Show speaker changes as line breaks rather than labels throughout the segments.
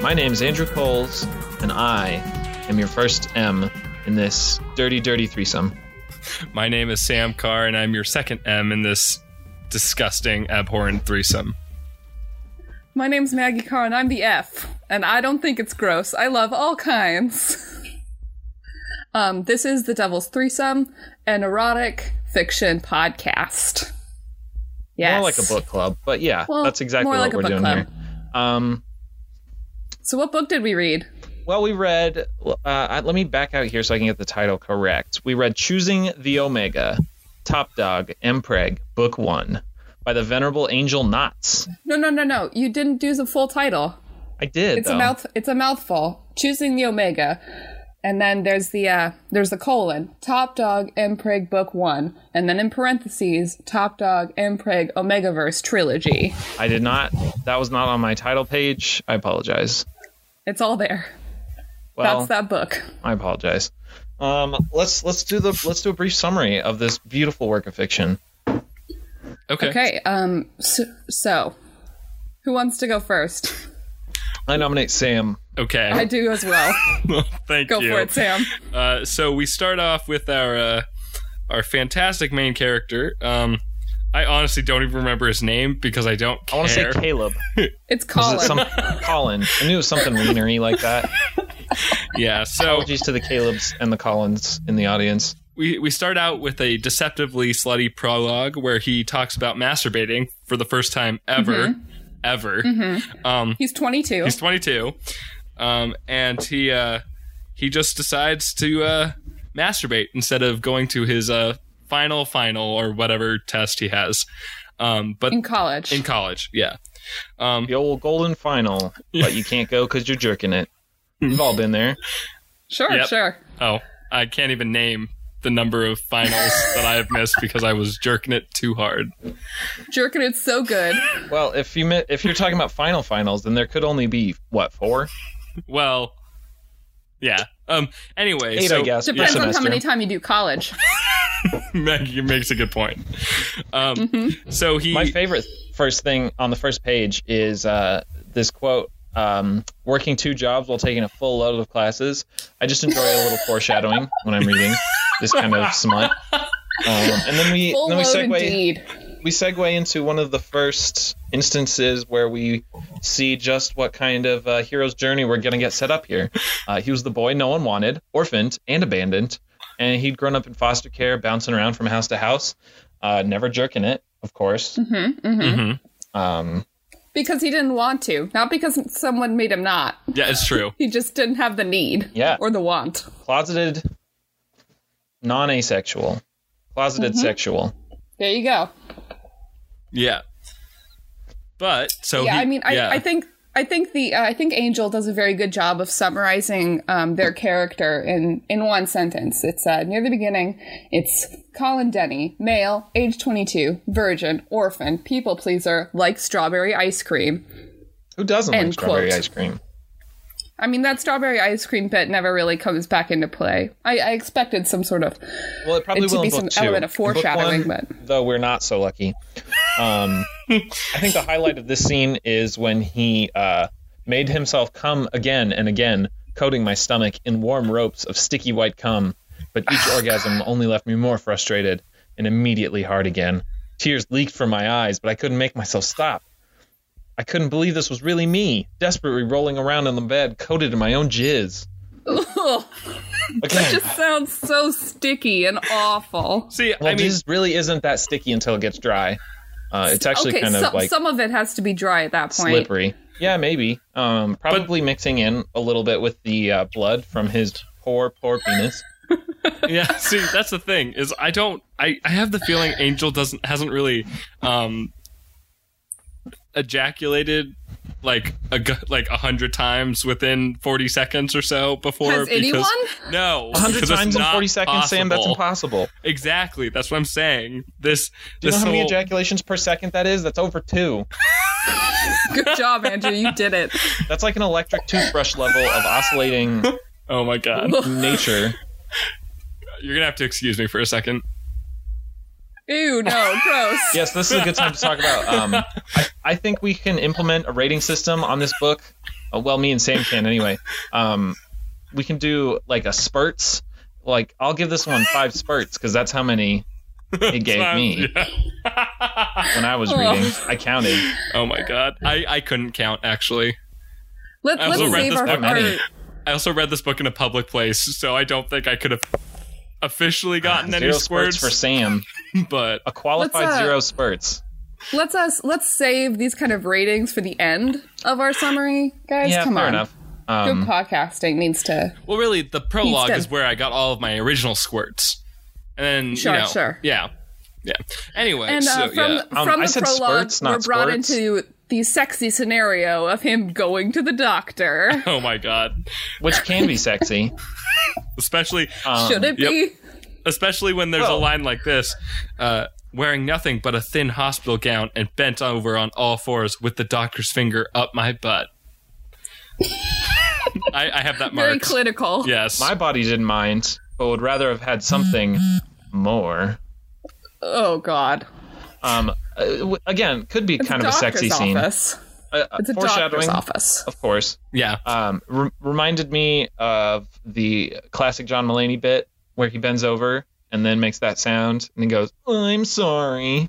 My name's Andrew Coles, and I am your first M in this dirty, dirty threesome.
My name is Sam Carr, and I'm your second M in this disgusting, abhorrent threesome.
My name's Maggie Carr, and I'm the F. And I don't think it's gross. I love all kinds. um, this is the Devil's Threesome, an erotic fiction podcast. Yes.
More like a book club, but yeah,
Well,
that's exactly
more
what
like a
we're
book
doing
club.
here. Um,
So, what book did we read?
well, we read. Uh, I- let me back out here so I can get the title correct. We read "Choosing the Omega," Top Dog, Mpreg, Book One, by the venerable Angel Knotts.
No, no, no, no. You didn't do the full title.
I did.
It's
though.
a mouth. It's a mouthful. Choosing the omega, and then there's the uh, there's the colon. Top dog Emprig book one, and then in parentheses, Top dog Emprig Omegaverse trilogy.
I did not. That was not on my title page. I apologize.
It's all there.
Well,
That's that book.
I apologize. Um, let's let's do the let's do a brief summary of this beautiful work of fiction.
Okay.
Okay. Um. So, so who wants to go first?
I nominate Sam.
Okay.
I do as well.
Thank
Go
you.
for it, Sam.
Uh, so we start off with our uh, our fantastic main character. Um, I honestly don't even remember his name because I don't
I
care.
want to say Caleb. Is
It's Colin.
it some Colin? I knew it was something wienery like that.
yeah. So
Apologies to the Calebs and the Collins in the audience.
we we start out with a deceptively slutty prologue where he talks about masturbating for the first time ever,
Mm-hmm.
ever. Um,
He's 22.
he's 22, um, and he uh, he just decides to uh, masturbate instead of going to his uh, final final or whatever test he has. Um, but
in college.
In college, yeah. Um,
The old golden final, but you can't go because you're jerking it. We've all been there.
sure,
Yep.
sure.
oh, I can't even name the number of finals that I have missed because I was jerking it too hard.
Jerking it's so good.
Well, if you mi- if you're talking about final finals, then there could only be what four,
Well, yeah. Um. Anyway,
eight,
so
I guess. per
Depends on how
semester.
many time you do college.
Maggie makes a good point. Um.
Mm-hmm.
So he.
My favorite first thing on the first page is uh, this quote um, working two jobs while taking a full load of classes. I just enjoy a little foreshadowing when I'm reading this kind of smut. Um, and then we
Full
then we
load
segue
indeed.
we segue into one of the first instances where we see just what kind of uh, hero's journey we're going to get set up here. Uh, he was the boy no one wanted, orphaned and abandoned, and he'd grown up in foster care, bouncing around from house to house, uh, never jerking it, of course.
Mm-hmm,
Mhm.
Um,
Because he didn't want to, not because someone made him not.
Yeah, it's true.
He just didn't have the need
Yeah.
or the want.
closeted, non-asexual, closeted
Mm-hmm.
sexual.
There you go.
Yeah. But so
yeah,
he-
I mean, I,
yeah.
I think I think the uh, I think Angel does a very good job of summarizing um, their character in in one sentence. It's uh, near the beginning. It's Colin Denny, male, age 22, virgin, orphan, people pleaser, like strawberry ice cream.
Who doesn't like
End
strawberry
quote.
ice cream?
I mean, that strawberry ice cream bit never really comes back into play. I, I expected some sort of
Well, it probably
It should
will
be
in book
some
two.
element of
In book
foreshadowing,
one,
but-
though we're not so lucky. Um, I think the highlight of this scene is when he uh, made himself come again and again, coating my stomach in warm ropes of sticky white cum. But each orgasm only left me more frustrated and immediately hard again. Tears leaked from my eyes, but I couldn't make myself stop. I couldn't believe this was really me, desperately rolling around on the bed, coated in my own jizz. Again,
oh, just sounds so sticky and awful.
See,
Well,
I mean,
this really isn't that sticky until it gets dry. Uh, it's actually
okay,
kind of
so,
like
some of it has to be dry at that point.
slippery. Yeah, maybe. Um, probably mixing in a little bit with the uh, blood from his poor, poor penis.
yeah. See, that's the thing is I don't. I I have the feeling Angel doesn't hasn't really um ejaculated like a gu- like a hundred times within forty seconds or so before.
Has
because,
anyone?
No,
A hundred
because it's
times in
not
forty seconds, Sam. That's impossible.
Exactly. That's what I'm saying. This.
Do you
this
know how many
whole-
ejaculations per second that is? That's over two.
Good job, Andrew. You did it.
That's like an electric toothbrush level of oscillating
Oh my god.
nature.
You're gonna have to excuse me for a second.
Ew, no, gross.
Yes, this is a good time to talk about. Um, I, I think we can implement a rating system on this book Uh, well, me and Sam can anyway. Um, we can do like a spurts. Like I'll give this one five spurts because that's how many it gave me when I was
Oh.
reading. I counted.
Oh my god, I, I couldn't count actually.
Let,
I
let's
also read
save
this
our
book.
I
heart.
didn't.
I also read this book in a public place, so I don't think I could have officially gotten
Ah, Zero
any
spurts
squirts.
for Sam.
but
A qualified
Let's, uh,
zero spurts.
Let's us let's save these kind of ratings for the end of our summary, guys.
Yeah,
Come
fair
on.
enough.
Good
Um,
podcasting needs to.
well, really, the prologue
He's
is
done.
where I got all of my original squirts, and then
Sure,
you know,
sure.
yeah, yeah. Anyway,
And uh,
so
from
yeah,
Um,
from
I
the
said
prologue,
spurts, not
we're brought
squirts.
into the sexy scenario of him going to the doctor.
oh my god,
which can be sexy.
especially
Um,
Should it
yep.
be?
especially when there's a
Well-
line like this uh, wearing nothing but a thin hospital gown and bent over on all fours with the doctor's finger up my butt I, I have that
Very
marked
clinical.
yes
My body didn't mind, but would rather have had something more.
Oh God.
Um, uh, w- again, could be
It's
kind
a
of a
doctor's
sexy scene. Uh,
office.
uh,
It's a
foreshadowing,
doctor's office.
of course.
yeah
Um, re- reminded me of the classic John Mulaney bit where he bends over and then makes that sound and he goes, "I'm sorry."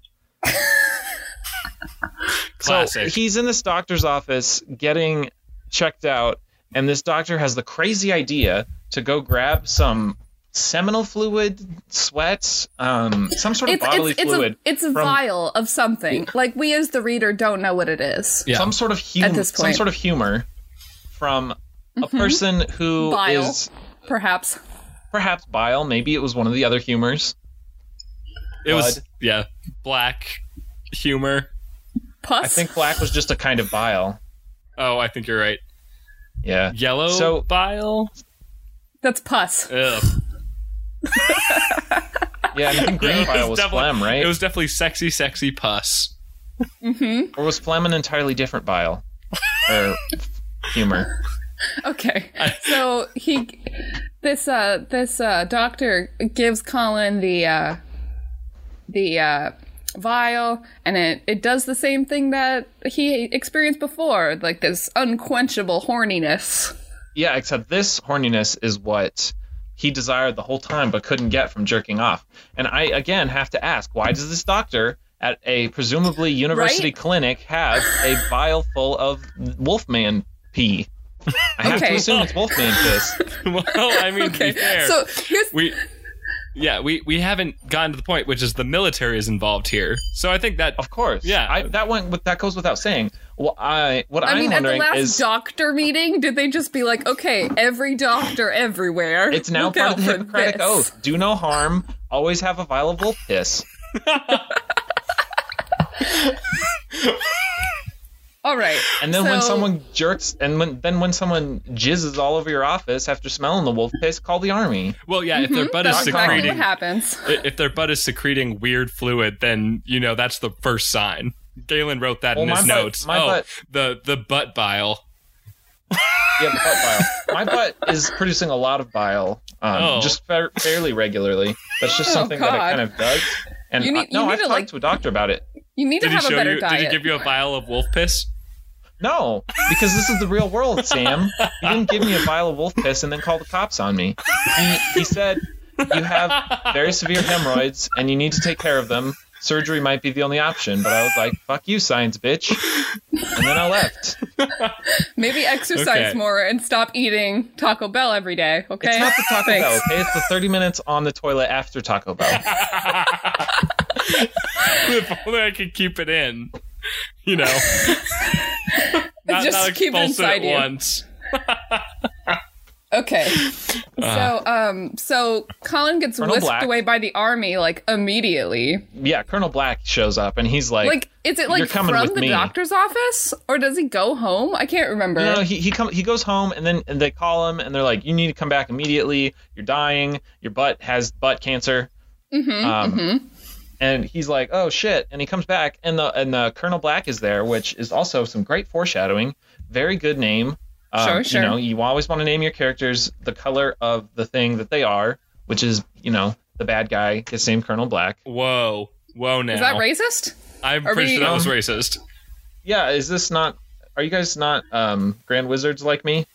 So
classic
he's in this doctor's office getting checked out, and this doctor has the crazy idea to go grab some seminal fluid, sweat, um, some sort of
It's
bodily
it's it's
fluid,
a it's a
from-
vial of something. Like we as the reader don't know what it is.
yeah
some sort of humor,
At this
some
point. Mm-hmm.
sort of humor from a person who is
Bile. Perhaps.
perhaps bile. Maybe it was one of the other humors.
it was
blood.
yeah black humor
Pus.
I think black was just a kind of bile.
oh i think you're right
Yeah.
yellow
So-
bile
That's pus.
Ugh.
Yeah, I mean, green bile was
definitely-
phlegm, right?
it was definitely sexy sexy pus
or was phlegm an entirely different bile? or humor?
Okay. So he this uh this uh doctor gives Colin the uh the uh vial and it it does the same thing that he experienced before, like this unquenchable horniness.
Yeah, except this horniness is what he desired the whole time but couldn't get from jerking off. And I again have to ask, why does this doctor at a presumably university
Right?
clinic have a vial full of Wolfman pee? I have to
Okay.
assume it's Wolfman piss.
well i mean to be
Okay.
fair
So here's
we yeah we we haven't gotten to the point which is the military is involved here so i think that
Of course.
Yeah.
I, that went with that goes without saying. Well, I what
I
am
mean, at the
wondering
last
is
doctor meeting, did they just be like, "Okay, every doctor everywhere"?
it's now
look
part
out
of the
for
Hippocratic
this.
Oath. Do no harm. Always have a vial of wolf piss.
All right.
And then when
so-
someone jerks, and when then when someone jizzes all over your office after smelling the wolf piss, call the army.
well yeah if their butt is
Mm-hmm. that's exactly what
secreting
happens.
i- if their butt is secreting weird fluid then you know that's the first sign galen wrote that in
Well,
his
my butt-
notes
my
oh
butt-
the the butt bile
Yeah, the butt bile. My butt is producing a lot of bile, um,
Oh.
just fa- fairly regularly. That's just
Oh,
something that it
God.
kind of does. And
You need-
I-
you
no,
need
I've
to,
talked
like-
to a doctor about it.
You need to
did he
have a
show
better
you
diet.
did he give you a vial of wolf piss
No, because this is the real world, Sam. He didn't give me a vial of wolf piss and then call the cops on me. He, he said, You have very severe hemorrhoids and you need to take care of them. Surgery might be the only option. But I was like, Fuck you, science bitch. And then I left.
Maybe exercise
Okay.
more and stop eating Taco Bell every day. Okay.
It's not the Taco
Thanks.
Bell, okay? It's the 30 minutes on the toilet after Taco Bell.
if only i could keep it in you know not,
Just
not
keep it
expulse at
inside you.
once
Okay. So um so Colin gets
Uh. Colonel
whisked
Black.
away by the army like immediately.
yeah, Colonel Black shows up and he's like,
Like is it like
You're coming
from
with
the
me.
doctor's office or does he go home? I can't remember.
no, no, he he come he goes home and then and they call him and they're like, you need to come back immediately. You're dying. Your butt has butt cancer. Mm-hmm, um, And he's like, oh shit! And he comes back and the and the Colonel Black is there, which is also some great foreshadowing. Very good name. Um,
Sure, sure.
You know, you always want to name your characters the color of the thing that they are, which is you know the bad guy gets named Colonel Black.
whoa whoa now
Is that racist?
i'm
Are
pretty
we-
sure that was
Um,
racist
Yeah, is this not? Are you guys not um, grand wizards like me?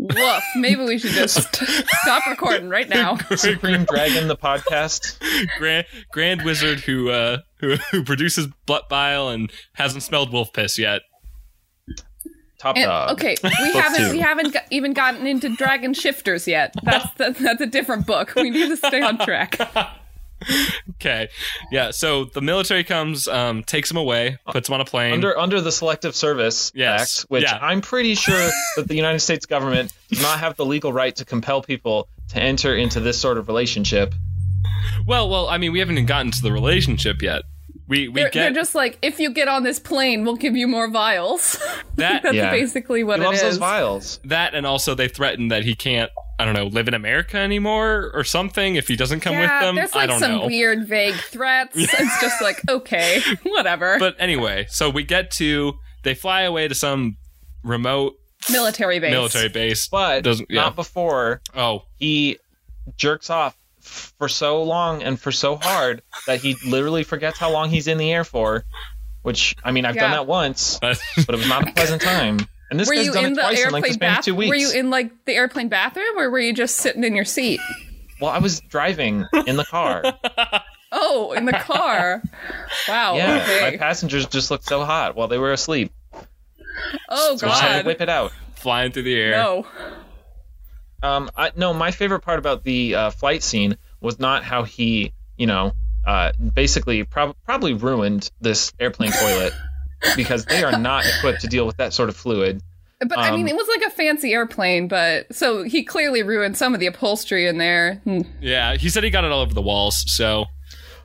Woof. Maybe we should just stop recording right now.
Supreme Dragon, the podcast.
Grand Grand Wizard who uh, who, who produces butt bile and hasn't smelled wolf piss yet.
Top
And-
dog.
okay, we
Book
haven't
two.
we haven't got, even gotten into dragon shifters yet. That's the, that's a different book. We need to stay on track.
Okay, yeah. So the military comes, um, takes him away, puts him on a plane.
Under under the Selective Service
Yes.
Act, which
Yeah.
I'm pretty sure that the United States government does not have the legal right to compel people to enter into this sort of relationship.
well, well. I mean, we haven't even gotten to the relationship yet. We we
They're, they're
get
just like, if you get on this plane, we'll give you more vials.
that
that's
Yeah.
basically what
He
it
loves those
is.
vials.
that, and also they threaten that he can't. I don't know, live in America anymore or something if he doesn't come
yeah,
with them.
there's
I
like
don't
some
know.
weird, vague threats. It's just like, okay, whatever.
but anyway, so we get to they fly away to some remote
military base.
military base,
But
doesn't yeah.
not before
oh,
he jerks off f- for so long and for so hard that he literally forgets how long he's in the air for. Which I mean, I've done
Yeah.
that once,
but-
but it was not a pleasant time. And this
Were
guy's
you
done
in
it
the
twice in
airplane
like the span of two
bathroom?
weeks.
Were you in like the airplane bathroom, or were you just sitting in your seat?
Well, I was driving in the car.
Oh, in the car. Wow.
Yeah, my
Oh, okay.
passengers just looked so hot while they were asleep.
Oh
So I just had to
God.
whip it out.
flying through the air.
No.
Um, I, no, my favorite part about the uh, flight scene was not how he, you know, uh, basically prob- probably ruined this airplane toilet because they are not equipped to deal with that sort of fluid.
But I mean,
Um,
it was like a fancy airplane, but so he clearly ruined some of the upholstery in there. Hmm.
Yeah, he said he got it all over the walls, so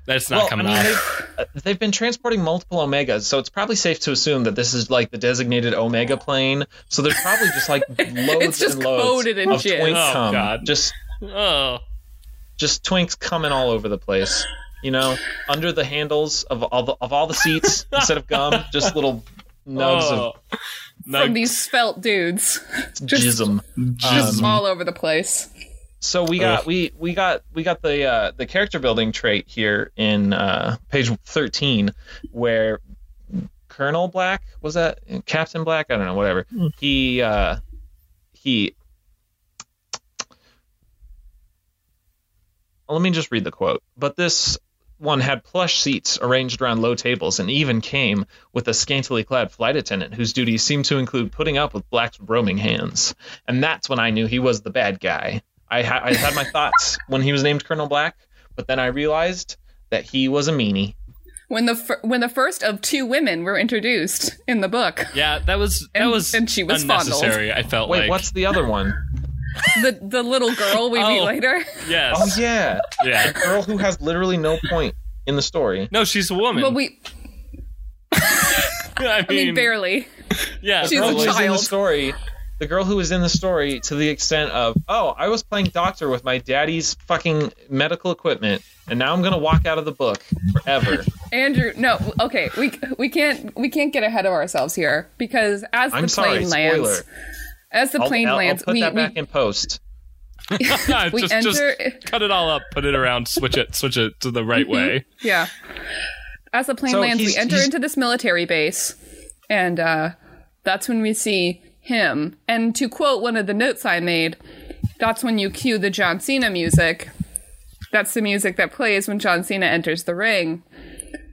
that's not
well,
coming
I mean,
off.
they've, uh, they've been transporting multiple omegas, so it's probably safe to assume that this is like the designated omega plane. So there's probably just like loads
It's just
and loads
coated in
of
jizz.
twink
Oh,
cum.
God.
Just
Oh,
just twinks coming all over the place. You know, under the handles of all the, of all the seats instead of gum, just little nugs of
oh. No,
From these felt dudes, just
jism.
jism.
all over the place.
So we got
Ugh.
we we got we got the uh, the character building trait here in uh, page thirteen, where Colonel Black was that Captain Black? I don't know, whatever. He uh, he. Well, let me just read the quote. But this one had plush seats arranged around low tables and even came with a scantily clad flight attendant whose duties seemed to include putting up with Black's roaming hands. And that's when I knew he was the bad guy. I, ha- I had my thoughts when he was named Colonel Black, but then I realized that he was a meanie.
When the fir- when the first of two women were introduced in the book,
yeah, that was that
And-
was
and she was
unnecessary. I felt
Wait,
like
what's the other one?
the the little girl we meet
Oh.
later,
yes,
Oh yeah,
yeah.
girl who has literally no point in the story.
No, she's a woman.
well, we
I mean,
I mean barely.
yeah,
she's a
girl
probably.
who's in the
child.
story. The girl who is in the story to the extent of, oh, I was playing doctor with my daddy's fucking medical equipment, and now I'm gonna walk out of the book forever.
Andrew, no, okay, we we can't we can't get ahead of ourselves here because as the
I'm
plane
sorry,
lands,
spoiler.
as the
I'll,
plane
I'll- I'll
lands,
put
we,
that
we
back in post.
just,
we
just
enter-
cut it all up, put it around, switch it, switch it to the
Mm-hmm.
right way.
Yeah. As the plane
So
lands, we
he's-
enter
he's-
into this military base, and uh, that's when we see him. And to quote one of the notes I made, that's when you cue the John Cena music. That's the music that plays when John Cena enters the ring.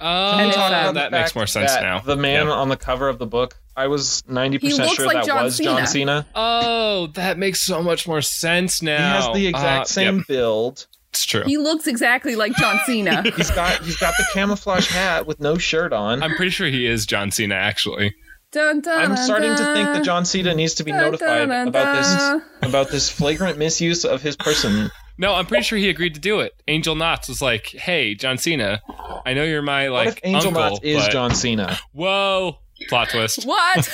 Oh,
talk about
that
the
makes
fact
more sense
that
now.
The man
Yeah.
on the cover of the book, I was 90%
He looks
sure
like
that
John
was John Cena.
Oh, that makes so much more sense now.
He has the exact
Uh,
same
Yep,
build.
it's true.
He looks exactly like John Cena.
He's got he's got the camouflage hat with no shirt on. I'm,
I'm pretty sure he is John Cena, actually.
dun, dun,
starting to
dun,
think that
dun.
John Cena needs to be
Dun,
notified
dun,
about
dun.
this about this flagrant misuse of his person.
No, I'm pretty sure he agreed to do it. Angel Knotts was like, "Hey, John Cena, I know you're my like
what if Angel
uncle,
Knotts is
but-
John Cena?
Whoa, plot twist.
What?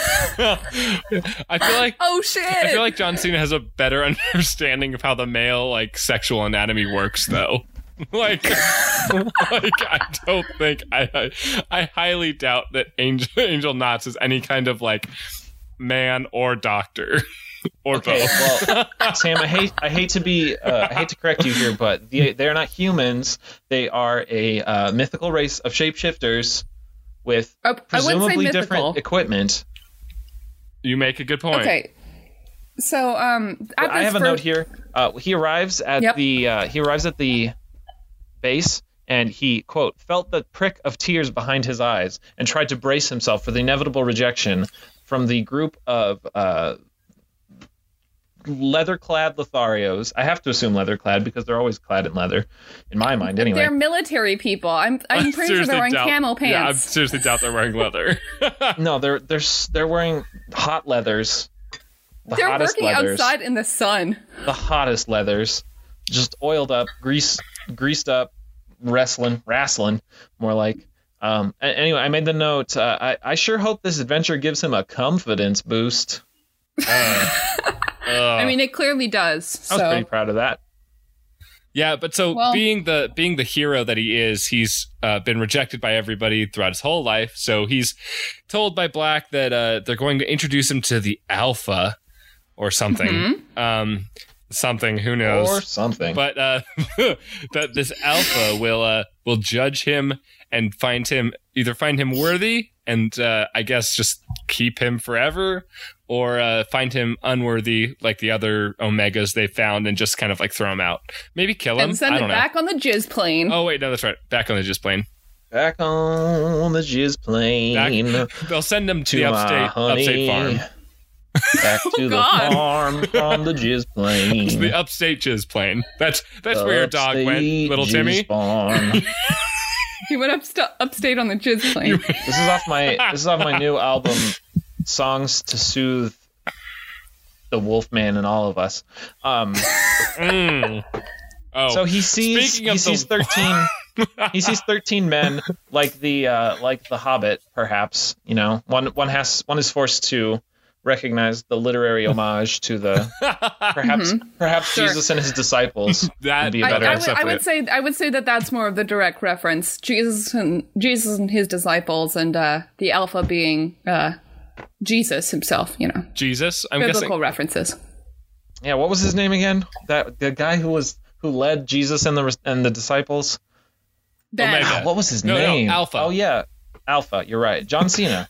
I feel like
Oh shit!
I feel like John Cena has a better understanding of how the male like sexual anatomy works, though. like, like I don't think I, I I highly doubt that Angel Angel Knotts is any kind of like man or doctor or
Okay,
both.
well, Sam, I hate I hate to be uh, I hate to correct you here, but the, they're not humans. They are a uh, mythical race of shapeshifters with
Oh,
I, I wouldn't say
presumably
mythical.
different equipment.
You make a good point.
Okay. So um, at
I
this
have a
fir-
note here. Uh, he arrives at
Yep.
the uh, he arrives at the base, and he quote felt the prick of tears behind his eyes, and tried to brace himself for the inevitable rejection from the group of uh, leather-clad Lotharios. I have to assume leather-clad because they're always clad in leather, in my mind anyway.
They're military people. I'm I'm pretty sure
Seriously
they're wearing
doubt-
camel
Yeah, I
pants.
seriously doubt they're wearing leather.
No, they're they're s- they're wearing hot leathers. The
they're
hottest
working
leathers.
outside in the sun.
The hottest leathers, just oiled up, greased greased up, wrestling, wrestling, more like. Um, a- anyway, I made the note. Uh, I I sure hope this adventure gives him a confidence boost.
Ugh.
I mean, it clearly does.
I was
So
pretty proud of that.
Yeah, but so
Well-
being the being the hero that he is, he's uh, been rejected by everybody throughout his whole life. So he's told by Black that uh, they're going to introduce him to the Alpha or something, um, something who knows,
Or something.
but uh, that this Alpha will uh, will judge him and find him either find him worthy and uh, I guess just keep him forever, or uh, find him unworthy like the other Omegas they found and just kind of like throw him out, maybe kill him.
and send
I
it
don't know.
back on the jizz plane.
Oh wait, no, that's right. Back on the just plane.
Back on the jizz plane
Back- They'll send him to,
to
the
my
upstate
honey.
upstate farm.
Back to the
Oh, God.
farm from the jizz plane.
The upstate jizz plane. That's that's where your dog went,
Upstate
little
jizz
Timmy.
farm.
He went up st- upstate on the jizz plane.
This is off my this is off my new album, Songs to Soothe the Wolfman and All of Us. Um,
Mm. Oh,
so he sees
speaking
he
of
sees
the-
thirteen he sees thirteen men like the uh, like the Hobbit, perhaps you know one one has one is forced to recognize the literary homage to the perhaps perhaps
Mm-hmm. Sure.
Jesus and his disciples
that
would be a
I,
better
I would, I
accept
would
it.
say I would say that that's more of the direct reference. Jesus and Jesus and his disciples, and uh, the Alpha being uh, Jesus himself. You know,
Jesus. I'm
biblical
guessing.
references.
yeah what was his name again that the guy who was who led Jesus and the and the disciples
Ben.
Omega.
Ah, what was his
No, no,
name?
Alpha.
Oh yeah, Alpha. You're right. John Cena.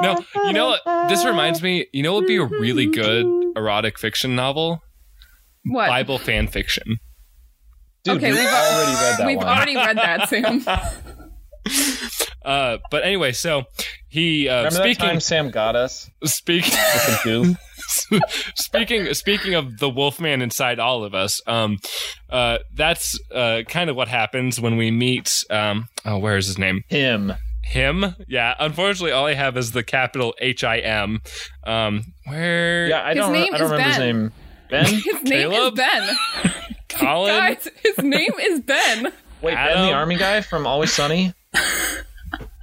No, you know what? This reminds me. You know what would be a really good erotic fiction novel?
What?
Bible fan fiction.
Dude,
Okay,
we've
we've-
already read that
We've
one.
already read that, Sam.
Uh, but anyway, so he uh,
Remember that
speaking
time Sam got us
speaking.
with the goo?
speaking speaking of the Wolfman inside all of us, um, uh, that's uh, kind of what happens when we meet. Um, oh, where is his name?
Him.
Him. Yeah. Unfortunately, all I have is the capital H I M. Um, where?
Yeah, I
His
don't. re-
name
I don't
is
remember his
Ben.
name. Ben.
His name is
Caleb? Um,
Ben.
Colin.
Guys, his name is Ben.
Wait, Ben
Adam?
the army guy from Always Sunny.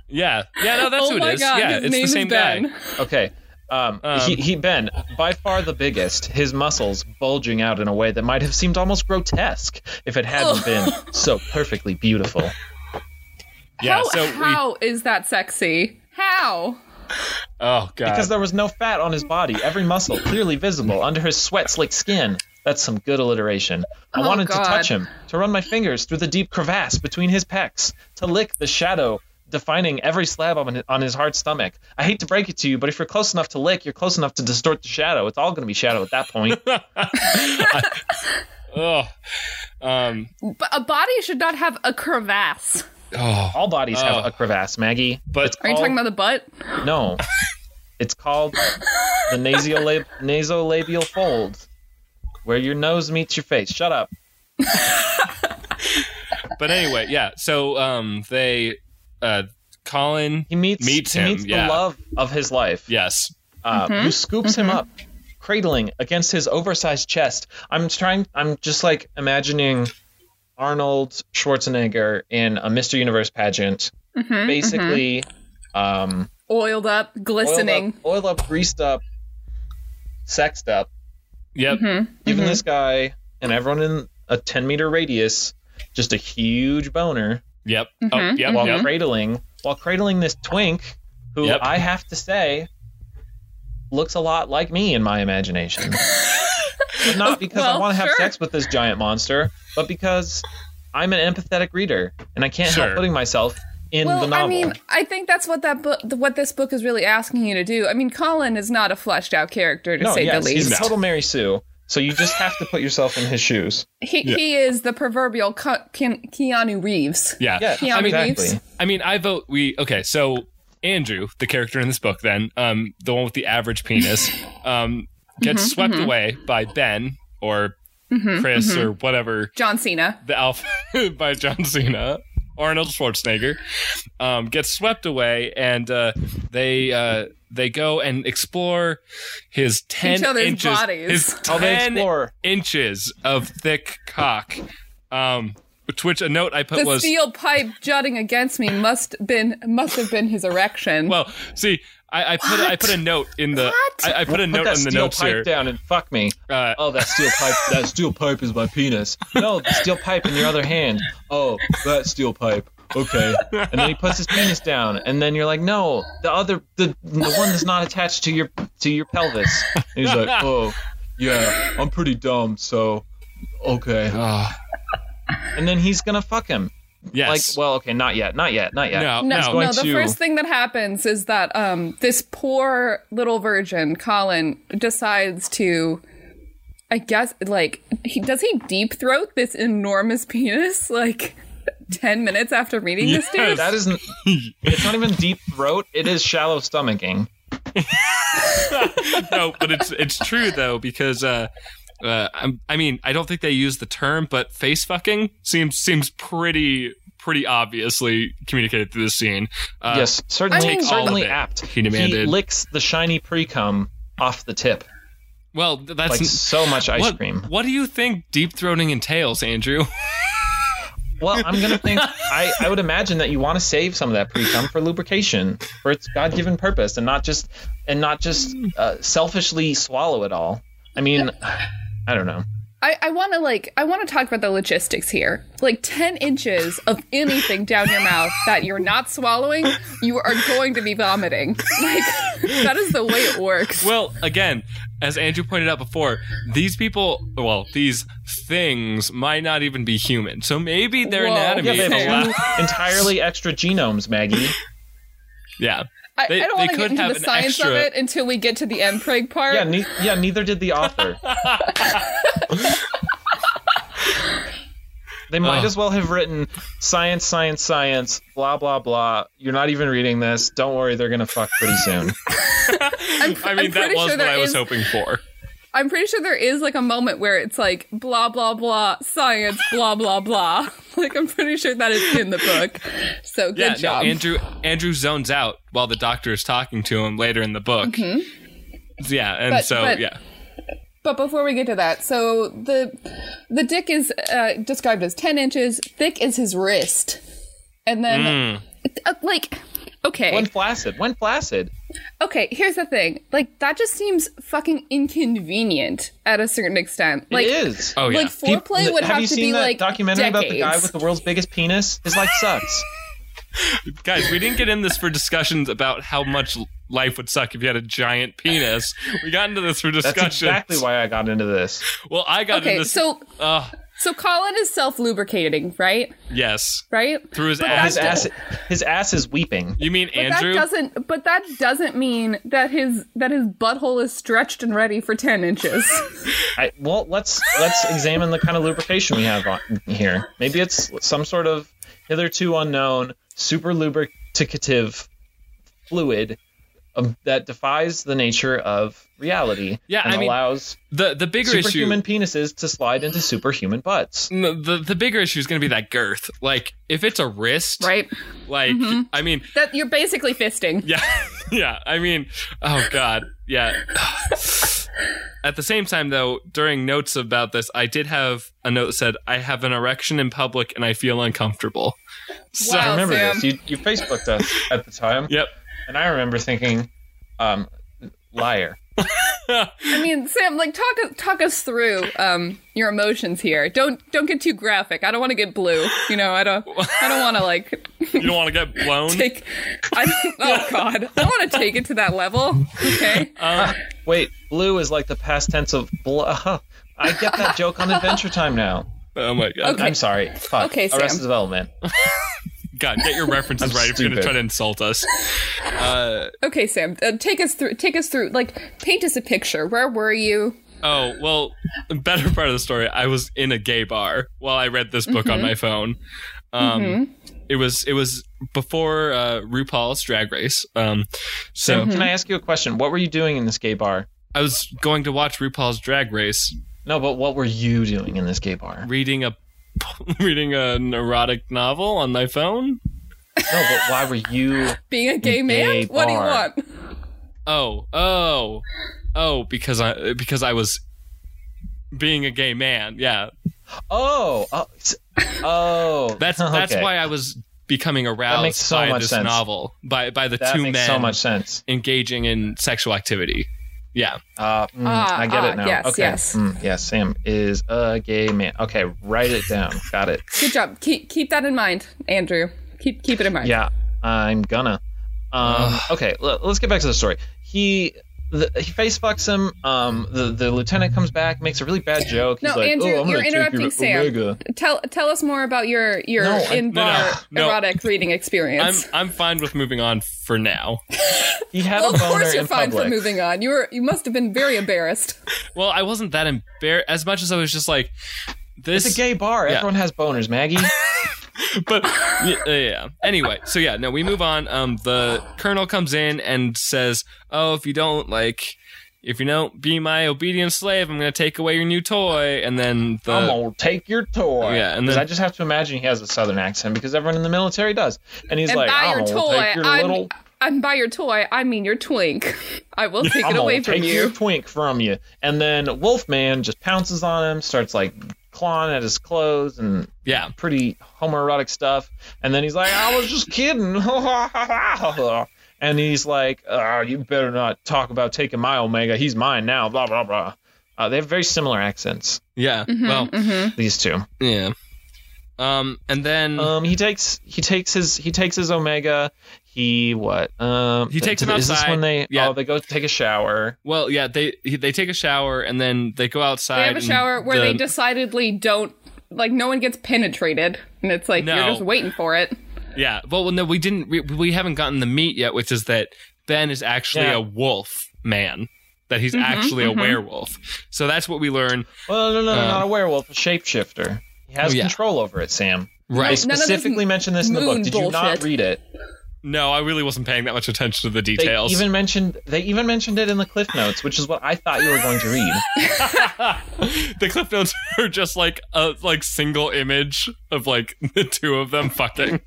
Yeah. Yeah. No, that's
oh
who
my
it is.
god,
yeah,
his
it's
name
the same
is Ben.
guy.
Okay. Um,
Um,
he, he Ben by far the biggest. His muscles bulging out in a way that might have seemed almost grotesque if it hadn't
Ugh.
been so perfectly beautiful.
Yeah.
how
so we.
how is that sexy? How?
Oh god.
Because there was no fat on his body, every muscle clearly visible under his sweat slick skin. That's some good alliteration. I
Oh,
wanted
God.
to touch him, to run my fingers through the deep crevasse between his pecs, to lick the shadow defining every slab on his, on his hard stomach. I hate to break it to you, but if you're close enough to lick, you're close enough to distort the shadow. It's all going to be shadow at that point.
Ugh. Um.
But a body should not have a crevasse.
Oh.
All bodies have
Oh.
a crevasse, Maggie.
But
Are you
All-
talking about the butt?
No. It's called the nasolab- nasolabial fold, where your nose meets your face. Shut up.
but anyway, yeah. So um, they uh, Colin.
He meets,
Meets
he
him,
meets
yeah.
the love of his life.
Yes.
uh, who scoops him up, cradling against his oversized chest. I'm trying. I'm just like imagining Arnold Schwarzenegger in a Mr. Universe pageant,
Mm-hmm.
basically um,
Oiled up,
oiled
glistening.
up, oiled up, greased up, sexed up,
Yep.
Mm-hmm,
giving this guy and everyone in a 10 meter radius just a huge boner
Yep. Oh, yep.
while
Yep.
Mm-hmm.
cradling while cradling this twink who
Yep.
I have to say looks a lot like me in my imagination. but not because I
Well,
want to have
sure.
sex with this giant monster, but because I'm an empathetic reader and I can't
Sure.
help putting myself in
well,
the novel.
I mean, I think that's what that book, what this book is really asking you to do. I mean, Colin is not a fleshed out character to
no,
say
yes,
the least.
he's total Mary Sue. So you just have to put yourself in his shoes.
He,
Yeah.
he is the proverbial Ke- Ke- Keanu Reeves.
Yeah.
Yeah,
Yeah, I mean,
exactly.
leaves.
I mean, I vote we okay. So Andrew, the character in this book, then um, the one with the average penis, um, gets swept away by Ben or Chris or whatever
John Cena.
the alpha by John Cena, Arnold Schwarzenegger, um, gets swept away, and uh, they uh, they go and explore his ten
Each other's
inches,
bodies.
his
Oh, they
ten
explore.
inches of thick cock. Um, to which a note I put
The
was
steel pipe jutting against me must been must have been his erection.
well. See, I, I put a, I put a note in the
What?
I, I put a
Put
note
that
in the
steel
notes
pipe
here.
down and fuck me.
Uh,
oh, that steel pipe. That steel pipe is my penis. No, the steel pipe in your other hand. Oh, that steel pipe. Okay. And then he puts his penis down, and then you're like, no, the other, the the one that's not attached to your to your pelvis. And he's like, oh, yeah, I'm pretty dumb, so okay.
Ah,
And then he's gonna fuck him.
yes.
Like, well, okay, not yet, not yet, not yet.
no,
no,
no.
going
no. The
to-
first thing that happens is that um, this poor little virgin, Colin, decides to, I guess, like, he, does he deep throat this enormous penis like ten minutes after meeting this dude?
Yes.
That isn't. It's not even deep throat. It is shallow stomaching.
no, but it's it's true though because uh, uh, I'm, I mean I don't think they use the term, but face fucking seems seems pretty pretty obviously communicated through this scene. Uh,
yes, certainly,
I mean-
certainly
All of it,
apt.
he demanded.
licks the shiny pre cum off the tip,
Well, th- that's
like so much ice
what,
cream.
What do you think deep throating entails, Andrew?
Well, I'm gonna think. I, I would imagine that you want to save some of that pre cum for lubrication, for its God given purpose, and not just and not just uh, selfishly swallow it all. I mean, I don't know.
I, I want to like I want to talk about the logistics here. Like ten inches of anything down your mouth that you're not swallowing, you are going to be vomiting. Like that is the way it works.
Well, again, as Andrew pointed out before, these people, well, these things might not even be human. So maybe their
Whoa.
anatomy
Yeah,
yeah,
they have
allows.
two entirely extra genomes, Maggie.
Yeah.
I,
They-
I don't
they
want to
could
get into
have
the
an
science of
extra-
it until we get to the mpreg part.
Yeah, ne- yeah. Neither did the author. they might
Ugh.
as well have written science, science, science, blah blah blah. You're not even reading this. Don't worry, they're gonna fuck pretty soon.
I'm,
I mean, that
am pretty
was
sure
what
there
I was
is-
hoping for.
I'm pretty sure there is like a moment where it's like blah blah blah science blah blah blah. Like I'm pretty sure that is in the book. So good
Yeah, no,
job.
Andrew Andrew zones out while the doctor is talking to him later in the book. Yeah, and
Mm-hmm. But-
so
but-
yeah,
But before we get to that, so the the dick is uh, described as ten inches thick is his wrist, and then uh, like okay,
When flaccid, when flaccid.
okay. Here's the thing, like that just seems fucking inconvenient at a certain extent. Like
it is.
oh yeah,
like foreplay would have,
you
to
seen
be
that
like
documentary about the guy
decades.
with the world's biggest penis? His life sucks.
guys, we didn't get in this for discussions about how much life would suck if you had a giant penis. We got into this for
That's
discussions.
exactly why I got into this.
Well, I got
Okay,
into this.
so
uh,
so Colin is self lubricating, right?
yes,
Right.
through his
His
ass.
ass, his ass is weeping.
You mean
But
Andrew?
that doesn't. But that doesn't mean that his that his butthole is stretched and ready for ten inches.
I, well, let's let's examine the kind of lubrication we have on here. Maybe it's some sort of hitherto unknown super lubricative fluid um, that defies the nature of reality
Yeah,
and
I mean,
allows
the the bigger issue.
superhuman penises to slide into superhuman butts.
n- the, the bigger issue is going to be that girth. Like, if it's a wrist,
right. Mm-hmm.
Like, I mean,
That you're basically fisting.
Yeah, yeah. I mean, oh god, yeah. At the same time, though, during notes about this, I did have a note that said, "I have an erection in public and I feel uncomfortable." So,
I
Wow.
remember
Sam.
this. You you Facebooked us at the time,
yep.
and I remember thinking, um, liar.
I mean, Sam, like talk talk us through um, your emotions here. Don't don't get too graphic. I don't want to get blue. You know, I don't I don't want to like
You don't want to get blown.
take. I oh god, I don't want to take it to that level. Okay,
Wait, blue is like the past tense of blah. I get that joke on Adventure Time now.
oh my god.
Okay.
I'm sorry. Fuck.
Okay, Sam.
Arrested Development.
God, get your references
I'm
right if you're going
stupid.
to try to insult us. Uh,
Okay, Sam, uh, take us through. Take us through. Like, paint us a picture. Where were you?
oh, well, the better part of the story, I was in a gay bar while I read this book on
Mm-hmm.
my phone. Um, It was it was before uh, RuPaul's Drag Race. Um, so
Mm-hmm.
Tim, can I ask you a question? What were you doing in this gay bar?
I was going to watch RuPaul's Drag Race,
No, but what were you doing in this gay bar?
reading a reading an erotic novel on my phone.
No, but why were you?
Being a gay man?
Gay
what do you
bar.
want?
Oh, oh, oh, because I because I was being a gay man. Yeah,
Oh, oh, it's- oh.
that's that's
okay.
why I was becoming aroused
makes so
by
much
this
sense.
novel by by the
that
two
makes
men
so much sense.
engaging in sexual activity. Yeah,
Uh, mm,
Ah,
I get
ah,
it now.
yes,
okay.
yes.
Mm, yes, Sam is a gay man. Okay, write it down. Got it.
Good job. Keep keep that in mind, Andrew. Keep keep it in mind.
Yeah, I'm gonna. Um, okay, l- let's get back to the story. He the, he face fucks him. Um, the the lieutenant comes back, makes a really bad joke.
No,
He's like,
Andrew,
"Oh, I'm
you're
gonna take
interrupting
your
Sam.
Omega."
Tell tell us more about your your
No, I-
in
no, no,
bar
no.
erotic reading
I'm
experience.
I'm fine with moving on for now.
He had
well,
a
of
boner
course you're
in
fine
public.
for moving on. You were you must have been very embarrassed.
Well, I wasn't that embarrassed as much as I was just like this
It's a gay bar.
Yeah.
Everyone has boners, Maggie.
but yeah, yeah, yeah. Anyway, so yeah, no, we move on. Um, the colonel comes in and says, "Oh, if you don't like, if you don't be my obedient slave, I'm gonna take away your new toy." And then the
I'm gonna take your toy.
Yeah, and
'Cause
then-
I just have to imagine he has a southern accent because everyone in the military does. And he's
and
like,
by
I'm
your
gonna
toy,
take your
I'm
little,
and by your toy, I mean your twink. I will take
I'm
it away
gonna
from
take your
you.
twink from you. And then Wolfman just pounces on him, starts like clawing at his clothes and
yeah,
pretty homoerotic stuff. And then he's like, I was just kidding. and he's like, "Ah, you better not talk about taking my Omega. He's mine now. Blah, blah, blah. Uh, they have very similar accents,
yeah.
Mm-hmm,
well,
these two.
yeah. Um, and then
Um, he takes he takes his he takes his omega. He what? Um,
He takes
th-
him
Is this
outside.
when they?
Yeah.
Oh, they go take a shower.
well, yeah, they he- they take a shower and then they go outside.
They have a
and
shower where
the-
they decidedly don't like no one gets penetrated, and it's like
No.
you're just waiting for it.
yeah. Well, no, we didn't. We, we haven't gotten the meat yet, which is that Ben is actually
Yeah.
a wolf man. That he's
Mm-hmm,
actually a werewolf. So that's what we learn.
Well, no, no, no,
Um,
not a werewolf, a shapeshifter. He has
Oh, yeah.
control over it, Sam. I
Right.
none of this
specifically mentioned this in the book.
moon
Did you not
bullshit.
read it?
No, I really wasn't paying that much attention to the
They
details.
even mentioned they even mentioned it in the cliff notes, which is what I thought you were going to read.
the clip notes are just like a like single image of like the two of them fucking.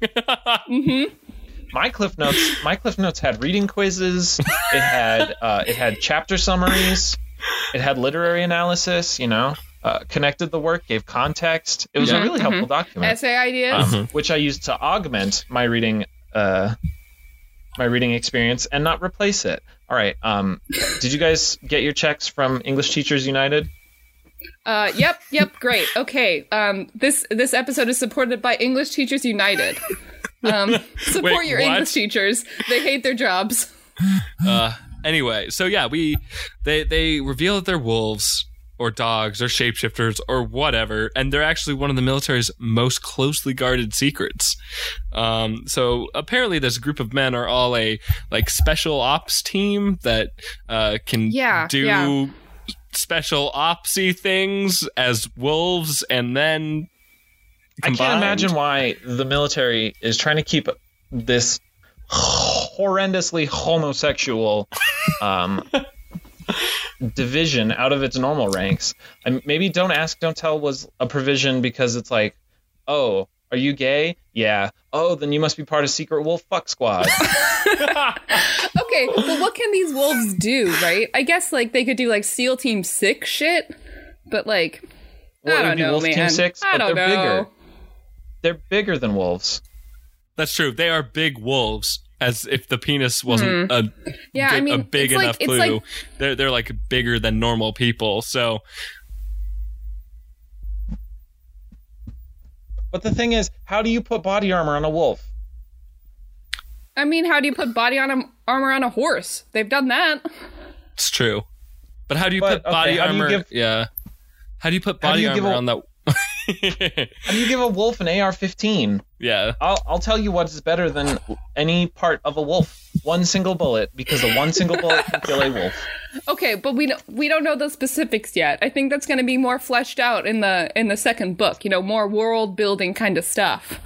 my cliff notes my cliff notes had reading quizzes it had uh, it had chapter summaries it had literary analysis you know uh, connected the work gave context it was
Yeah.
a really helpful document
Essay ideas.
Uh-huh.
um, which i used to augment my reading uh, my reading experience and not replace it all right um, did you guys get your checks from english teachers united
Uh, yep, yep, great. Okay, um, this this episode is supported by English Teachers United. Um, support
Wait,
your
what?
English teachers; they hate their jobs.
uh, anyway, so yeah, we they they reveal that they're wolves or dogs or shapeshifters or whatever, and they're actually one of the military's most closely guarded secrets. Um, so apparently, this group of men are all a like special ops team that uh, can
Yeah,
do.
yeah.
Special opsy things as wolves, and then
I
combined.
can't imagine why the military is trying to keep this horrendously homosexual um, division out of its normal ranks. And maybe don't ask, don't tell was a provision because it's like, oh, are you gay? Yeah. Oh, then you must be part of Secret Wolf Fuck Squad.
Okay, but what can these wolves do? Right? I guess like they could do like SEAL Team Six shit, but like
Well, it
I
would
don't
be
know,
Wolf
man.
Team Six,
I
but
don't
they're
know.
bigger. They're bigger than wolves.
That's true. They are big wolves. As if the penis wasn't
Hmm.
a,
Yeah, I
good- a
mean,
big
it's like-
enough
it's
clue,
like-
they're they're like bigger than normal people. So
But the thing is, how do you put body armor on a wolf?
I mean, how do you put body on a, armor on a horse? They've done that.
it's true. But how do you
But,
put body
okay, how do you
armor?
give-
yeah. How do you put
How do
body
you give
armor
a-
on that?
How do you give a wolf an AR-15?
yeah.
I'll, I'll tell you what's better than any part of a wolf. One single bullet, because the one single bullet can kill a wolf.
Okay, but we don't we don't know the specifics yet. I think that's going to be more fleshed out in the in the second book. You know, more world building kind of stuff.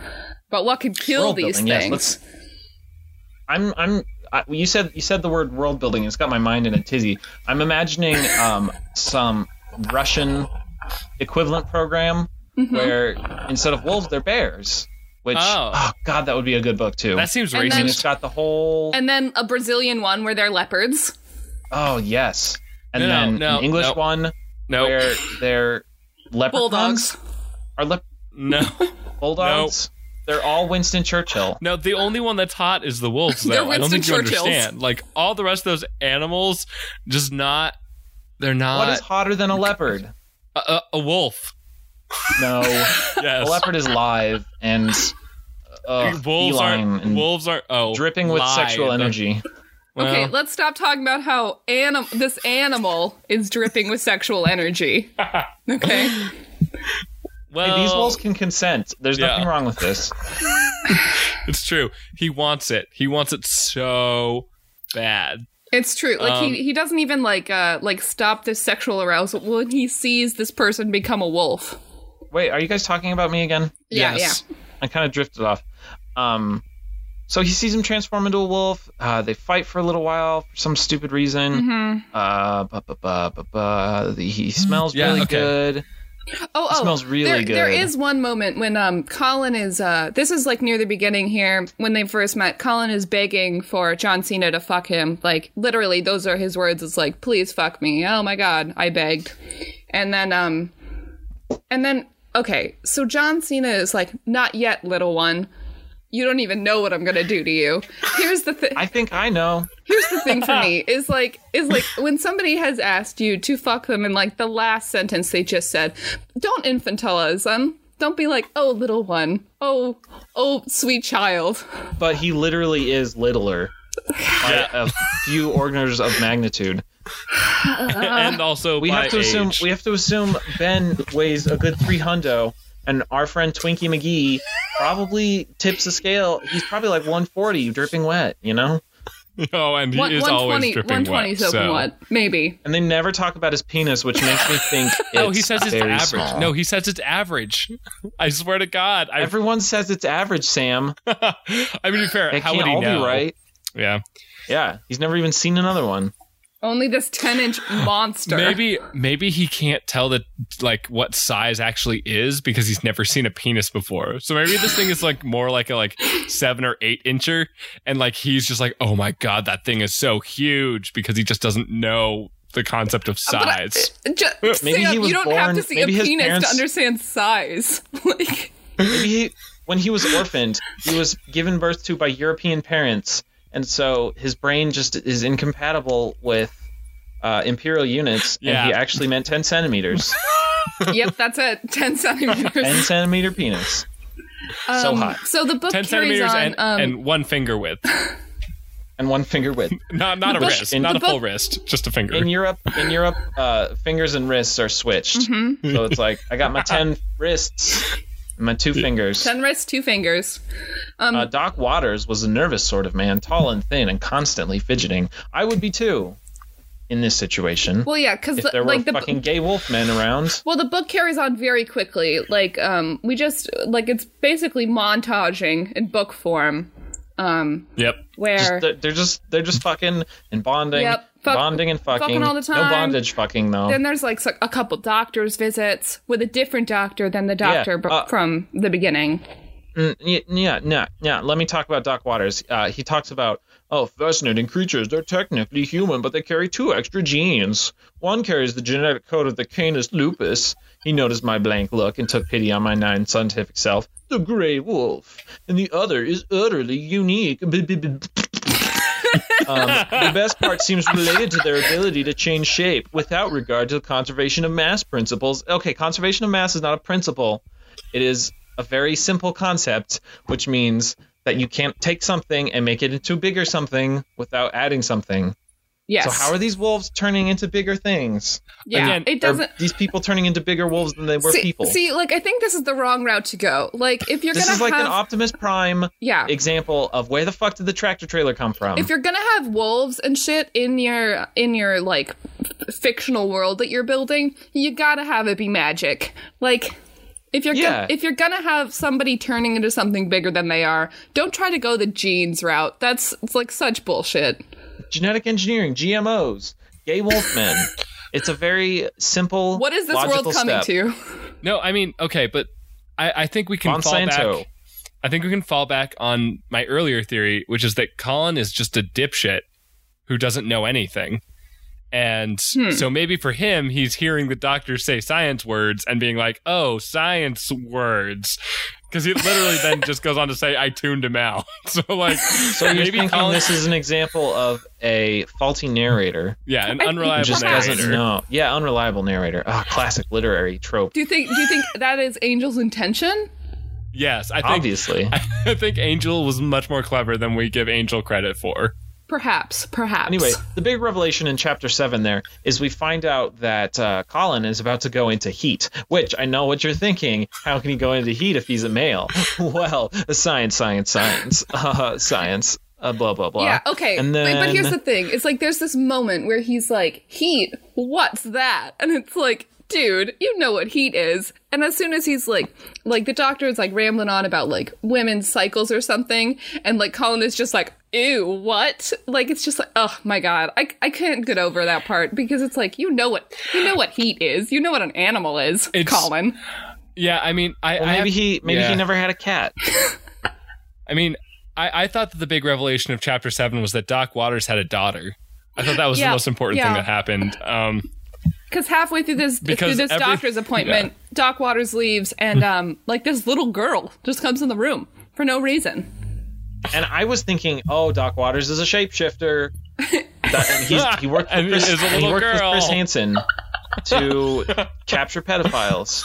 But what could kill
World
these
building, yes,
things?
let's- I'm I'm I, you said you said the word world building. It's got my mind in a tizzy. I'm imagining um, some Russian equivalent program
Mm-hmm.
where instead of wolves they're bears. Which
Oh.
oh. god, that would be a good book too.
That seems
And then-
and
racist.
it's got the whole
and then a Brazilian one where they're leopards.
oh yes, and
No, no,
then
no,
an English
no.
one
No,
where they're leprechauns
Bulldogs.
are lep-
no,
bulldogs. They're all Winston Churchill.
no. The only one that's hot is the wolves,
They're
though. I don't
Winston
think you
Churchills.
understand. Like all the rest of those animals, just not. They're not
what is hotter than a leopard?
a, a, a wolf.
No.
Yes,
The leopard is live and uh,
wolves
feline
aren't.
and
Wolves are oh
dripping with
lie.
sexual
They're-
energy.
well,
okay, let's stop talking about how anim- this animal is dripping with sexual energy. Okay.
well,
These wolves can consent. There's
Yeah.
nothing wrong with this.
It's true. He wants it. He wants it so bad.
It's true. Like
Um,
he, he doesn't even like uh like stop this sexual arousal when he sees this person become a wolf.
Wait, are you guys talking about me again?
Yeah,
yes. yeah.
I kind of drifted off. Um, so he sees him transform into a wolf. Uh, they fight for a little while for some stupid reason. Uh, bu- bu- bu- bu- bu- he smells
Yeah,
really
okay.
good.
Oh, oh,
smells really
there, There
good.
is one moment when um Colin is uh this is like near the beginning here when they first met. Colin is begging for John Cena to fuck him. Like literally, those are his words. It's like, please fuck me. Oh my god, I begged, and then um, and then okay, so John Cena is like, not yet, little one. You don't even know what I'm gonna do to you. Here's the thing.
I think I know.
here's the thing for me is like is like when somebody has asked you to fuck them in like the last sentence they just said don't infantilize them don't be like oh little one oh oh sweet child
But he literally is littler by a few orders of magnitude.
Uh-huh.
and also
We
by
have to assume
age.
we have to assume Ben weighs a good three hundo, and our friend Twinkie McGee probably tips the scale. He's probably like 140, dripping wet, you know.
oh, and he
One-
is always dripping wet.
120's open
so.
what maybe
And they never talk about his penis, which makes me think. It's
No, he says it's
very
average.
small.
No, he says it's average. I swear to God. I,
everyone says it's average. Sam,
I mean, to be fair.
they
How would
can't
he
all
know?
be right.
Yeah,
Yeah, he's never even seen another one.
only this 10 inch monster
maybe maybe he can't tell that like what size actually is because he's never seen a penis before. So maybe this thing is like more like a like seven or eight incher, and like he's just like, oh my god, that thing is so huge because he just doesn't know the concept of
Uh, But I-
size.
ju-
Maybe
Sam,
he was
you don't have to
born-
see a
maybe his
penis
parents-
to understand size like
Maybe he, when he was orphaned, he was given birth to by European parents, and so his brain just is incompatible with uh, imperial units,
Yeah.
and he actually meant 10 centimeters.
yep that's it 10 centimeters
10 centimeter penis. so
Um,
hot.
so the book
Ten
carries
centimeters
on
and,
um,
and one finger width.
And one finger width.
Not not a
But-
wrist,
in-
not a
but-
full wrist, just a finger.
In Europe, in Europe, uh, fingers and wrists are switched. So it's like I got my 10 wrists and my two fingers.
10 wrists two fingers
Uh, Doc Waters was a nervous sort of man, tall and thin and constantly fidgeting. I would be too in this situation.
Well, yeah, because
if there were
like the
fucking gay wolfmen around.
well, the book carries on very quickly. Like, um, we just like it's basically montaging in book form, um,
yep.
where
They're, they're just they're just fucking and bonding,
Yep, fuck-
bonding and fucking.
fucking all the
No
time.
bondage fucking though.
then there's like so- a couple doctors visits with a different doctor than the doctor b-
uh,
from the beginning.
Y- yeah, yeah, yeah. Let me talk about Doc Waters. Uh, he talks about oh, fascinating creatures. They're technically human, but they carry two extra genes. One carries the genetic code of the Canis lupus. He noticed my blank look and took pity on my non-scientific self, the gray wolf, and the other is utterly unique. B- b- b- um, the best part seems related to their ability to change shape without regard to the conservation of mass principles. Okay, conservation of mass is not a principle. It is a very simple concept, which means that you can't take something and make it into bigger something without adding something.
Yes.
So how are these wolves turning into bigger things?
yeah,
again,
it
Are
doesn't.
these people turning into bigger wolves than they were
see,
people?
see, like I think this is the wrong route to go. Like if you're
this
gonna
is like
have,
an Optimus Prime
yeah,
example of where the fuck did the tractor trailer come from?
if you're gonna have wolves and shit in your in your like f- fictional world that you're building, you gotta have it be magic. Like if you're
Yeah.
gonna, if you're gonna have somebody turning into something bigger than they are, don't try to go the genes route. That's it's like such bullshit.
Genetic engineering, GMOs, gay wolf men. it's a very simple.
What is this
logical
world coming
step.
to?
No, I mean, okay, but I, I think we can fall
Monsanto.
back. I think we can fall back on my earlier theory, which is that Colin is just a dipshit who doesn't know anything. And
Hmm.
so maybe for him, he's hearing the doctor say science words and being like, oh, science words. Because he literally then just goes on to say, I tuned him out. So, like,
So you're
maybe
thinking
Colin.
this is an example of a faulty narrator
yeah, an
I think
who
unreliable
just
Perhaps.
doesn't
narrator.
know. Yeah, unreliable narrator. Ah, classic literary trope.
Do you think do you think that is Angel's intention?
Yes, I think,
Obviously,
I think Angel was much more clever than we give Angel credit for.
Perhaps, perhaps.
Anyway, the big revelation in chapter seven there is we find out that uh, Colin is about to go into heat, which I know what you're thinking. How can he go into heat if he's a male? well, science, science, science, uh, science, uh, blah, blah, blah.
Yeah, okay.
And then,
but, but here's the thing. It's like there's this moment where he's like, "Heat, what's that?" And it's like, "Dude, you know what heat is." And as soon as he's like like the doctor is like rambling on about like women's cycles or something, and like Colin is just like, "Ew, what?" Like it's just like, "Oh my god. I I can't get over that part because it's like, you know what you know what heat is. You know what an animal is,
It's-
Colin."
Yeah, I mean, I.
well,
I
maybe
have-
he maybe
yeah.
he never had a cat.
I mean, I, I thought that the big revelation of chapter seven was that Doc Waters had a daughter. I thought that was
Yeah,
the most important
yeah.
thing that happened. Um,
Because halfway through this
Because
through this
every-
doctor's appointment,
Yeah.
Doc Waters leaves, and um, like this little girl just comes in the room for no reason.
And I was thinking, oh, Doc Waters is a shapeshifter. That- and he's- he worked with
And he
Chris,
is a
and he
little
worked with
girl.
Chris Hansen to capture pedophiles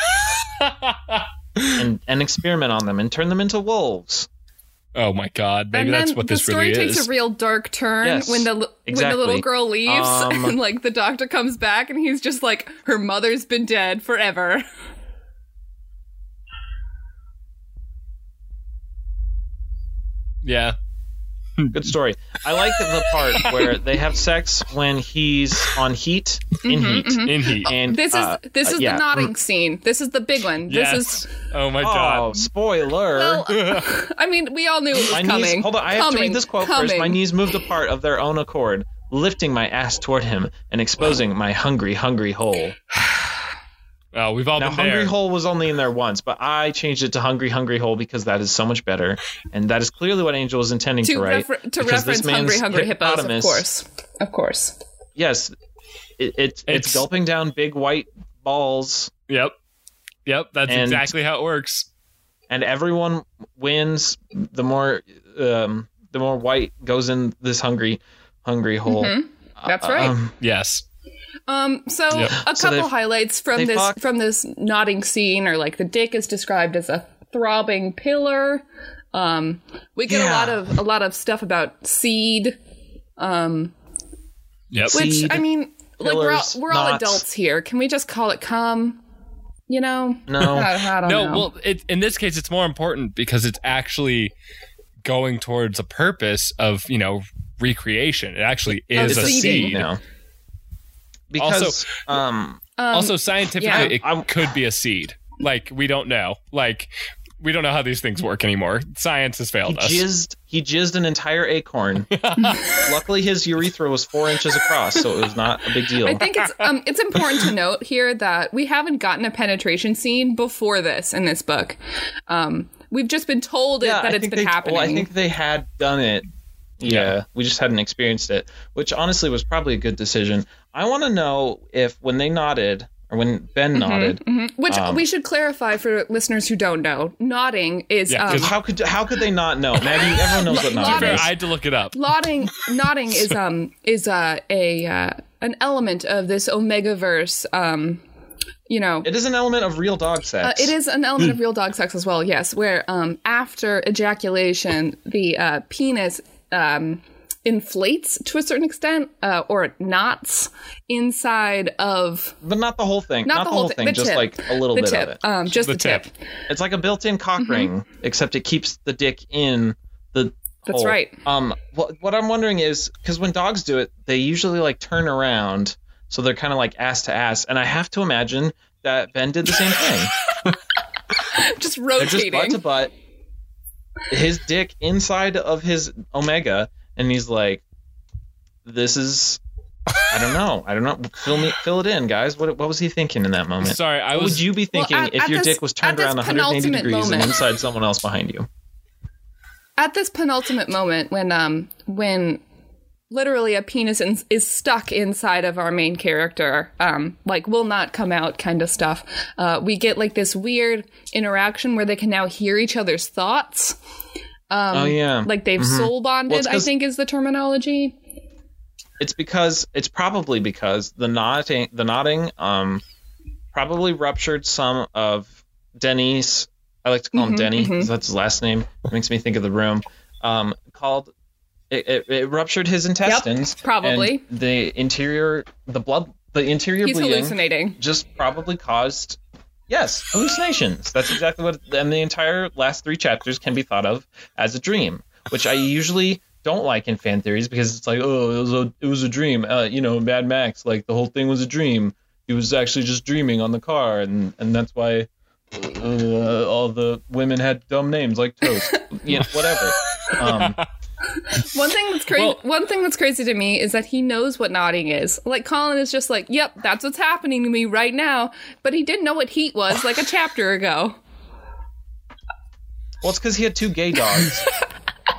and, and experiment on them and turn them into wolves.
oh my god, maybe
and then
that's what
the
this
story
really
takes
is.
a real dark turn
Yes,
when the li- when the
exactly.
little girl leaves,
Um,
and like the doctor comes back, and he's just like, her mother's been dead forever.
yeah,
Good story. I like the part where they have sex when he's on heat in heat.
in heat.
And
Mm-hmm, This is
uh,
this
uh,
is
yeah.
the nodding scene. This is the big one.
yes.
Oh, This is
oh my
Oh,
god.
spoiler!
well, I mean, we all knew it was
my
coming.
knees. Hold on, I have to
Coming.
read this quote first.
Coming.
My knees moved apart of their own accord, lifting my ass toward him and exposing my hungry, hungry hole.
Oh, we've all
Now,
been
Hungry
there.
Hole was only in there once, but I changed it to Hungry Hungry Hole because that is so much better, and that is clearly what Angel was intending to,
to,
write.
refer- to
because this
reference
man's
hungry, hungry hippos, of
hippopotamus-
course, of course.
Yes, it, it, it's
It's-
gulping down big white balls,
yep, yep. That's
And-
exactly how it works.
and everyone wins. The more, um, the more white goes in this hungry, hungry hole.
That's right.
Um,
Yes.
Um, so
Yep.
a couple
So they've-
highlights from
they
this
fucked.
from this nodding scene are like the dick is described as a throbbing pillar. Um, we get a
Yeah.
lot of a lot of stuff about seed, Um,
Yep.
which
Seed,
I mean, like we're all,
pillars,
we're all
knots.
adults here. Can we just call it cum? You know?
No.
I, I don't
no,
know.
well, it, in this case, it's more important because it's actually going towards a purpose of you know recreation. It actually is
the
a
seeding.
seed.
now. Because
Also-
um,
Um,
also scientifically
yeah.
it
I'm-
could be a seed like we don't know like we don't know how these things work anymore science has
he
failed us
jizzed he jizzed an entire acorn. Luckily, his urethra was four inches across, so it was not a big deal.
I think it's um it's important to note here that we haven't gotten a penetration scene before this in this book. Um, we've just been told it, that
I
it's
think
been
they-
happening.
Well, I think they had done it. Yeah,
Yeah.
we just hadn't experienced it, which honestly was probably a good decision. I want to know if when they nodded or when Ben
Mm-hmm,
nodded,
Which
Um,
we should clarify for listeners who don't know. Nodding is
Yeah,
um,
'cause-
how could how could they not know? Maggie, everyone knows what
Lo-
nodding
Fair,
is.
i had to look it up
nodding. Nodding is um is uh, a uh, an element of this Omega verse. Um, you know,
It Mm. is an element of real dog sex.
Uh, it is an element of real dog sex as well, yes, where um, after ejaculation, the uh, penis um, inflates to a certain extent, uh, or it knots inside of
But not the whole thing. Not, the whole thing.
the
just
tip.
like a little
the
bit
tip,
of it.
Um, just
The
the, tip.
tip.
It's like a built-in cock
Mm-hmm.
ring, except it keeps the dick in the.
That's
hole.
right.
Um, what what I'm wondering is because when dogs do it, they usually like turn around, so they're kind of like ass to ass, and I have to imagine that Ben did the same thing.
Just
they're just butt to
rotating.
butt. His dick inside of his omega, and he's like, "This is." I don't know. I don't know. Fill me, fill it in, guys. What, what was he thinking in that moment?
Sorry, I
What
was
would you be thinking
at-
if
at
your
this-
dick was turned
at this
around 180
penultimate
degrees and
moment.
inside someone else behind you?
At this penultimate moment, when um, when literally a penis in- is stuck inside of our main character, um, like will not come out kind of stuff. Uh, we get like this weird interaction where they can now hear each other's thoughts. Um,
oh yeah.
Like they've soul
Well,
bonded,
it's
I
'cause-
think is the terminology.
it's because it's probably because the knotting the knotting um probably ruptured some of Denny's I like to call him
Mhm,
Denny 'cause
mhm.
that's his last name it makes me think of the room um called it, it, it ruptured his intestines
probably.
and the interior the blood the interior
He's
bleeding
hallucinating.
just probably caused yes hallucinations that's exactly what and the entire last three chapters can be thought of as a dream which i usually don't like in fan theories because it's like oh it was a, it was a dream uh, you know mad max like the whole thing was a dream he was actually just dreaming on the car and and that's why uh, all the women had dumb names like toast you know, whatever um,
One thing that's crazy.
Well-
one thing that's crazy to me is that he knows what nodding is. Like Colin is just like, "Yep, that's what's happening to me right now," but he didn't know what heat was like a chapter ago.
well it's because he had two gay dogs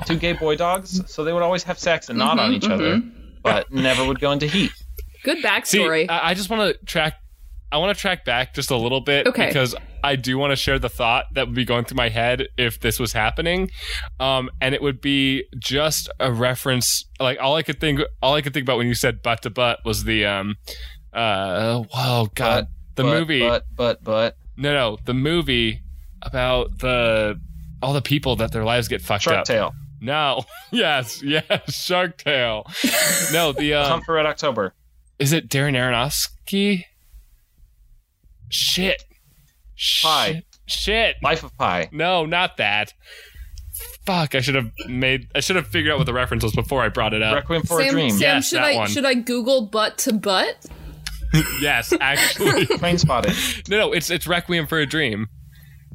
two gay boy dogs so they would always have sex and
Mm-hmm,
nod on each other but never would go into heat
Good
See,
backstory.
I, I just want to track. I want to track back just a little bit
Okay.
because I do want to share the thought that would be going through my head if this was happening, um, and it would be just a reference. Like all I could think, all I could think about when you said butt to butt was the, um, uh, wow, God,
Butt,
the
but,
movie.
But but but
No, no, the movie about the all the people that their lives get fucked
Shark
up.
Tale.
No, yes, yes, Shark Tale. no, the um,
Come for Red October.
is it Darren Aronofsky? Shit.
Pie.
Shit.
Life of Pi.
No, not that. Fuck, I should have made I should have figured out what the reference was before I brought it up.
Requiem for a
Sam,
Dream.
Sam,
Yes,
should
that
I
one.
should I Google butt to butt?
yes, actually.
Train spotted.
no, no, it's it's Requiem for a Dream.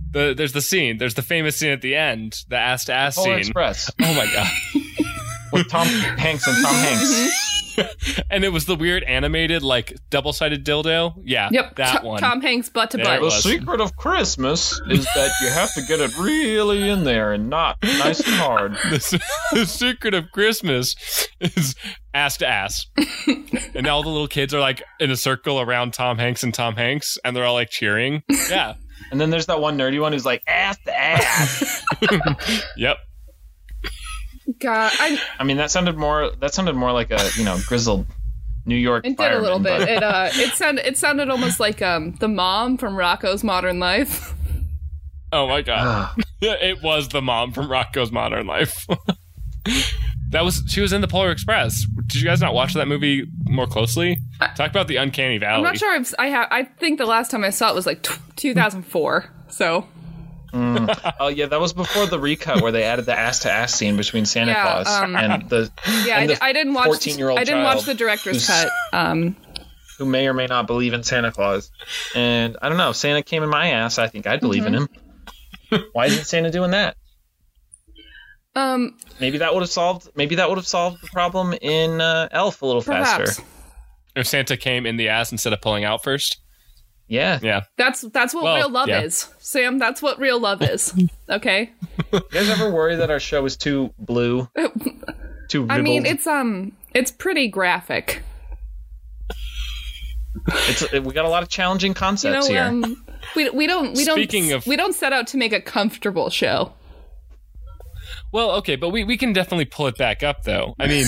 The, there's the scene. There's the famous scene at the end, the ass to ass
Polar
scene.
Express
Oh my god.
with Tom Hanks and Tom Hanks.
And it was the weird animated like double-sided dildo. Yeah,
Yep,
that
Tom-
one.
Tom Hanks butt to
There it
The
was.
butt.
secret of Christmas is that you have to get it really in there and not nice and hard.
the, se- the secret of Christmas is ass to ass. and now all the little kids are like in a circle around Tom Hanks and Tom Hanks, and they're all like cheering. Yeah.
And then there's that one nerdy one who's like ass to ass.
Yep.
God, I,
I mean, that sounded more. That sounded more like a you know grizzled New York.
it did a little
fireman,
bit.
but-
It uh, it sounded it sounded almost like um the mom from Rocco's Modern Life.
Oh my god.
Ah,
it was the mom from Rocco's Modern Life. that was she was in the Polar Express. Did you guys not watch that movie more closely? Talk about the uncanny valley.
I'm not sure. I've, I have. I think the last time I saw it was like t- 2004. So
oh yeah, that was before the recut where they added the ass to ass scene between Santa
Yeah,
Claus
um,
and the
yeah, I,
and
di-
the
I didn't watch.
14-year-old
I didn't watch
child
the director's
who's-
cut. Um,
who may or may not believe in Santa Claus. And I don't know, if Santa came in my ass, I think I'd believe in
Mm-hmm.
him. Why isn't Santa doing that?
um,
Maybe that would have solved maybe that would have solved the problem in uh, Elf a little
perhaps
faster.
If Santa came in the ass instead of pulling out first.
Yeah.
Yeah.
that's that's what
Well,
real love
yeah.
is, Sam. That's what real love is. Okay.
You guys ever worry that our show is too blue? Too ribald?
I mean, it's um, it's pretty graphic.
It's- it- we got a lot of challenging
You
concepts
know,
here.
um, we we don't we don't
Speaking of-
we don't set out to make a comfortable show.
Well, okay, but we, we can definitely pull it back up though. I mean,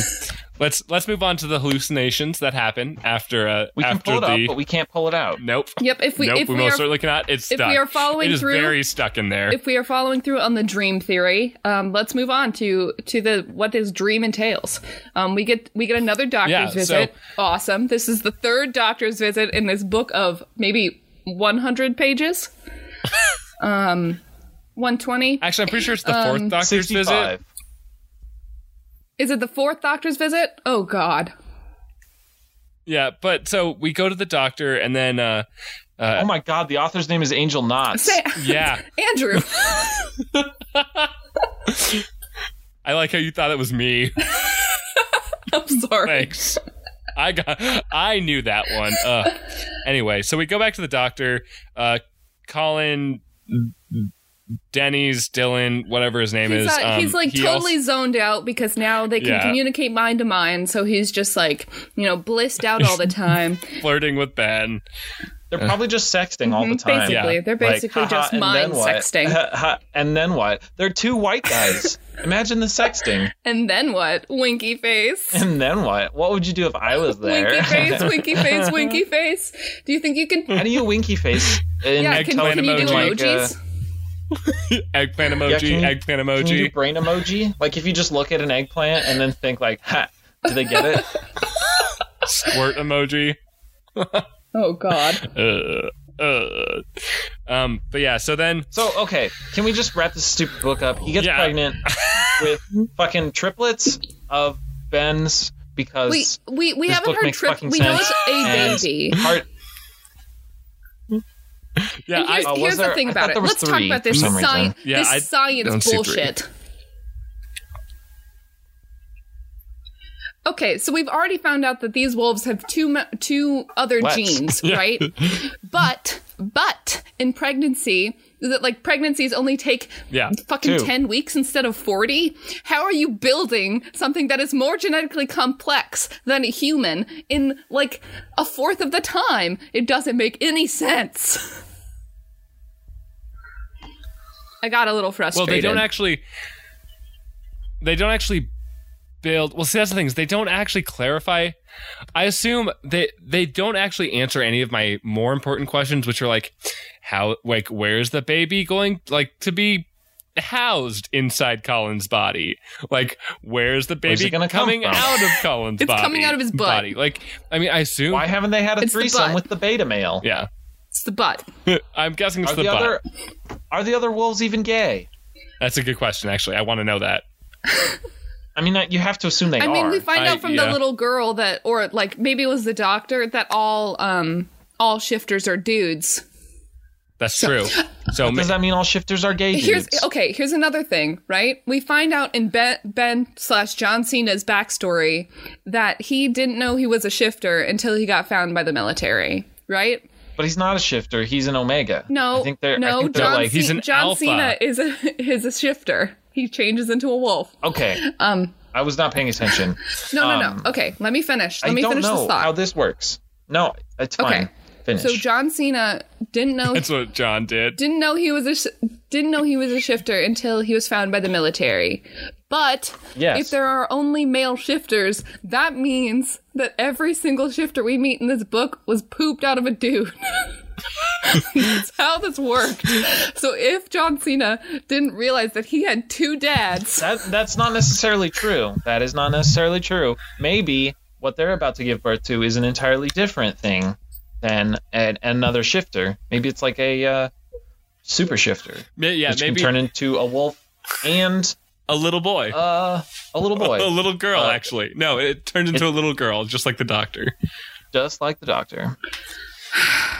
Let's let's move on to the hallucinations that happen after uh,
We can
after
pull it
the
up, but we can't pull it out.
nope.
Yep. If we
nope,
if
we,
we,
most
are
certainly cannot. It's
if
stuck.
we are following
it is
through-
very stuck in there.
if we are following through on the dream theory, um, let's move on to to the what this dream entails. Um, we get we get another doctor's
Yeah, so-
visit. awesome. This is the third doctor's visit in this book of maybe 100 pages. um, 120.
Actually, I'm pretty sure it's the
um,
fourth doctor's visit.
65.
Is it the fourth doctor's visit? Oh God.
Yeah, but so we go to the doctor, and then uh,
Oh my god, the author's name is Angel Knox.
Say,
yeah,
Andrew.
I like how you thought it was me.
I'm sorry.
Thanks. I got. I knew that one. Ugh. Anyway, so we go back to the doctor. Uh, Colin, Denny's, Dylan, whatever his name
He's,
is.
not,
um,
uh, he's like
he
totally
also-
zoned out because now they can
Yeah.
communicate mind to mind. So he's just like, you know, blissed out all the time.
flirting with Ben.
They're probably just sexting all the
Mhm,
time.
Basically,
Yeah.
they're
Like,
basically
haha,
just
and
mind
then what?
sexting.
Haha, and then what? They're two white guys. Imagine the sexting.
and then what? Winky face.
And then what? What would you do if I was there?
Winky face, winky face, winky face. Do you think you can?
How do you winky face? in
Yeah, can,
television?
can you do
Like, uh,
emojis?
Eggplant emoji.
Yeah, can you-
eggplant
Can you do
emoji.
brain emoji? Like if you just look at an eggplant and then think like, ha, do they get it?
squirt emoji.
Oh God!
Uh, uh. Um, but yeah, so then
So okay, can we just wrap this stupid book up? He gets
Yeah.
pregnant with fucking triplets of Ben's because
We we, we
this
haven't
book
heard
makes
trip.
fucking
We know
sense.
it's a
And-
baby.
heart.
yeah,
Here's,
I,
oh, was
here's the
there-
thing
I
about
thought
it.
there was
Let's talk
three
about
for
this
some reason.
science.
Yeah, I
this
don't
science
see three.
bullshit. Okay, so we've already found out that these wolves have two ma- two other
Lex.
genes, right? but but in pregnancy, that like pregnancies only take
Yeah,
fucking
two.
ten weeks instead of forty. How are you building something that is more genetically complex than a human in like a fourth of the time? It doesn't make any sense. I got a little
well,
frustrated.
they don't actually, they don't actually build. Well, see, that's the thing is they don't actually clarify. I assume they they don't actually answer any of my more important questions, which are like, how, like, where's the baby going, like, to be housed inside Colin's body? Like, where's the
Where's it
baby
gonna come
coming
from?
out of Colin's
It's
body?
coming out of his butt.
Body? Like, I mean, I assume.
Why haven't they had a
It's the
threesome
butt.
with the beta male?
Yeah.
It's the butt.
I'm guessing it's
Are
the,
the,
butt.
other are the other wolves even gay?
That's a good question, actually. I want to know that.
I mean, I- you have to assume they
I
are.
mean, we find
I-
out from
yeah.
the little girl that, or like maybe it was the doctor that all um all shifters are dudes.
That's true. So ma-
Does that mean all shifters are gay?
Here's oh.
dudes?
okay. Here's another thing, right? We find out in Ben, ben slash John Cena's backstory that he didn't know he was a shifter until he got found by the military, right?
But he's not a shifter. He's an omega.
No,
I think they're.
no.
I think they're
John,
like.
Ce-
he's an
John
alpha.
Cena is a is a shifter. He changes into a wolf.
okay. Um. I was not paying attention.
No, no,
Um,
no. Okay, let me finish. Let
I
me
don't
finish
know
this thought.
how this works. No, it's fine.
Okay.
Finish.
so John Cena didn't know
that's what John did.
didn't know he was a sh- didn't know he was a shifter until he was found by the military. But
Yes.
if there are only male shifters, that means that every single shifter we meet in this book was pooped out of a dude. That's how this worked. So if John Cena didn't realize that he had two dads,
that that's not necessarily true. That is not necessarily true. Maybe what they're about to give birth to is an entirely different thing than an, another shifter. Maybe it's like a uh, super shifter,
Ma- yeah,
which
maybe
can turn into a wolf and
a little boy,
uh, a little boy,
a little girl.
uh,
actually, no, it turns into a little girl, just like the doctor.
just like the doctor.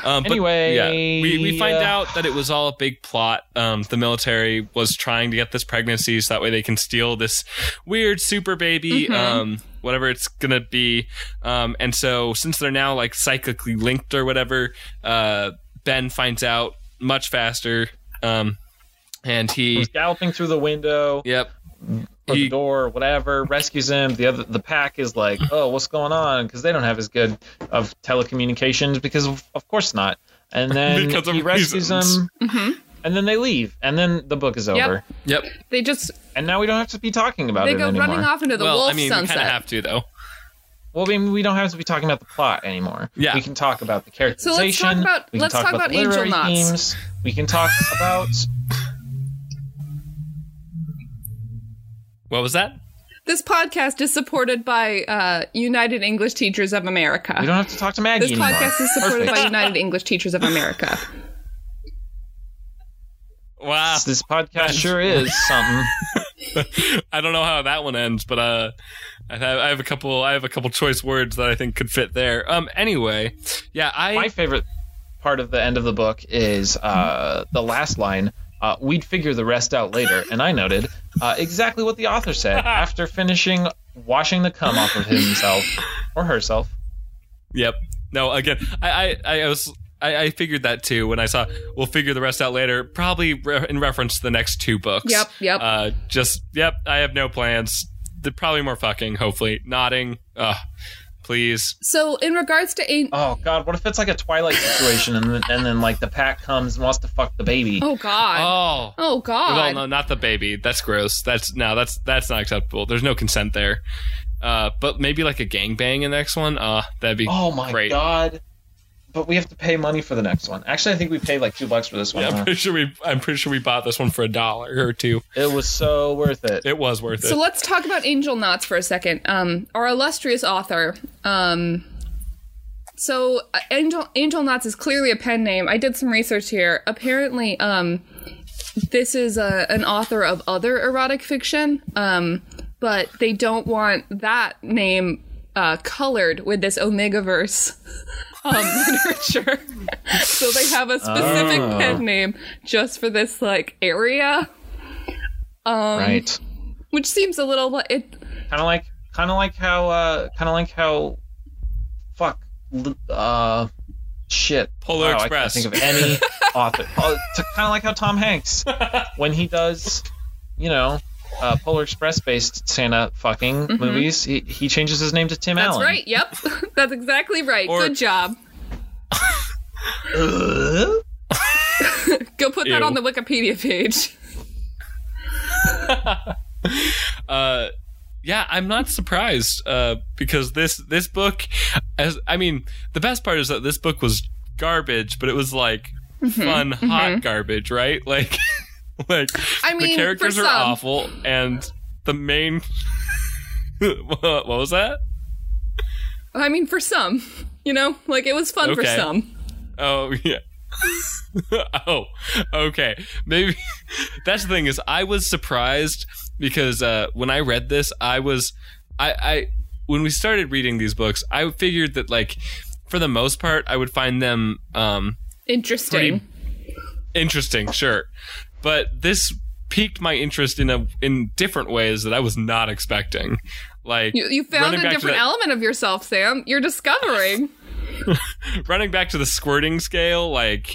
Um, but,
Anyway,
yeah, we we find
uh,
out that it was all a big plot. Um, the military was trying to get this pregnancy so that way they can steal this weird super baby.
Mm-hmm.
Um. Whatever it's gonna be, um, and so since they're now like psychically linked or whatever, uh, Ben finds out much faster, um, and he,
He's galloping through the window.
yep,
Hmm. or
He-
the door, whatever, rescues him. The other, the pack is like, oh, what's going on? Because they don't have as good of telecommunications. Because of, of course not. And then
Because of
he rescues
reasons.
him,
Mm-hmm.
and then they leave, and then the book is over.
yep.
they just
And now we don't have to be talking about
they
it
go
anymore.
running off into the
well,
wolf
I mean, we
sunset.
kind of have to though.
Well, I mean, we don't have to be talking about the plot anymore.
Yeah.
we can talk about the characterization.
let's talk about-
we can
let's
talk,
talk
about, the
about Angel
literary
Knots.
themes. We can talk about.
What was that?
This podcast is supported by uh, United English Teachers of America.
We don't have to talk to Maggie
This
anymore.
podcast is supported
Perfect.
by United English Teachers of America.
Wow.
This podcast sure is something.
I don't know how that one ends, but uh, I have, I have a couple. I have a couple choice words that I think could fit there. Um. Anyway, yeah. I
My favorite part of the end of the book is uh, the last line. Uh, we'd figure the rest out later, and I noted uh, exactly what the author said after finishing washing the cum off of himself or herself.
Yep. No. Again, I I, I was. I, I figured that too when I saw. We'll figure the rest out later. Probably re- in reference to the next two books.
Yep, yep.
Uh, just yep. I have no plans. They're probably more fucking. Hopefully, nodding. Ugh. Please.
So, in regards to Angel.
Oh God, what if it's like a Twilight situation, and then, and then like the pack comes and wants to fuck the baby?
Oh, God.
Oh.
Oh,
Well,
God.
no, not the baby. That's gross. That's no. That's that's not acceptable. There's no consent there. Uh, but maybe like a gangbang in the next one. Uh, that'd be.
Oh my
great.
God! But we have to pay money for the next one. Actually, I think we paid like two bucks for this one.
Yeah, I'm
huh?
pretty sure we. I'm pretty sure we bought this one for a dollar or two.
It was so worth it.
It was worth it.
So let's talk about Angel Knots for a second. Um, our illustrious author. Um, so uh, Angel Angel Knots is clearly a pen name. I did some research here. Apparently, um, this is a, an author of other erotic fiction, um, but they don't want that name uh, colored with this Omegaverse um, literature. so they have a specific
Oh.
pen name just for this like area,
right.
which seems a little li- it
Kind of like, kind of like how, uh, kind of like how, fuck, l- uh, shit.
Polar
Wow,
Express.
I can't think of any author. Oh, kind of like how Tom Hanks, when he does, you know, uh, Polar Express based Santa fucking movies, he, he changes his name to Tim
Mm-hmm. That's
Allen.
right. Yep. That's exactly right.
Or-
Good job.
Ugh.
Go put that
Ew.
on the Wikipedia page.
uh yeah i'm not surprised uh because this this book as i mean the best part is that this book was garbage but it was like
Mm-hmm.
fun hot garbage right like like
I mean,
the
for
characters are
some.
awful and the main what was that
I mean, for some, you know, like it was fun for
Okay.
some.
Oh yeah. oh, okay. Maybe that's the thing is I was surprised because uh, when I read this, I was I, I when we started reading these books, I figured that like for the most part, I would find them um,
Interesting.
interesting, sure, but this piqued my interest in a in different ways that I was not expecting. Like
You, you found
running
a
back to
different
that-
element of yourself, Sam. You're discovering.
running back to the squirting scale, like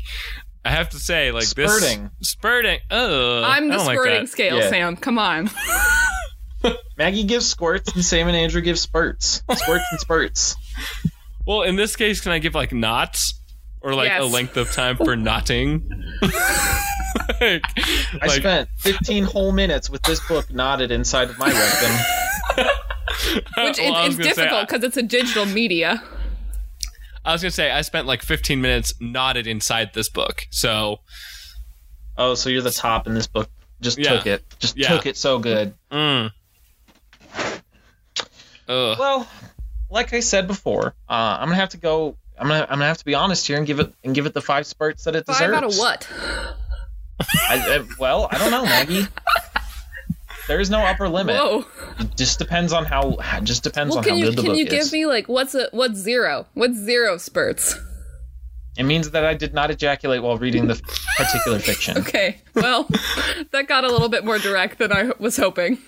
I have to say, like
Spurting.
this spurting. Ugh,
I'm
Oh, I
the
don't like
squirting
that.
scale,
Yeah.
Sam. Come on.
Maggie gives squirts, and Sam and Andrew give spurts. Squirts and spurts.
Well, in this case, can I give like knots or like
Yes.
a length of time for knotting? like,
I
like,
spent 15 whole minutes with this book knotted inside of my rectum.
Which
well, I was
it's, it's
gonna say,
difficult because it's a digital media.
I, I was gonna say I spent like 15 minutes knotted inside this book. So
Oh, so you're the top in this book. Just
Yeah.
took it. Just
Yeah.
took it so good.
mm. ugh.
Well, like I said before, uh, I'm gonna have to go. I'm gonna I'm gonna have to be honest here and give it and give it the five spurts that it
Five
deserves.
out of what?
I, I, well, I don't know, Maggie. there is no upper limit.
Whoa.
It just depends on how. Just depends
Well,
on
can
how
you
good the
can
book
you
is.
give me like what's a what's zero? What's zero spurts?
it means that I did not ejaculate while reading the particular fiction.
Okay. Well, that got a little bit more direct than I was hoping.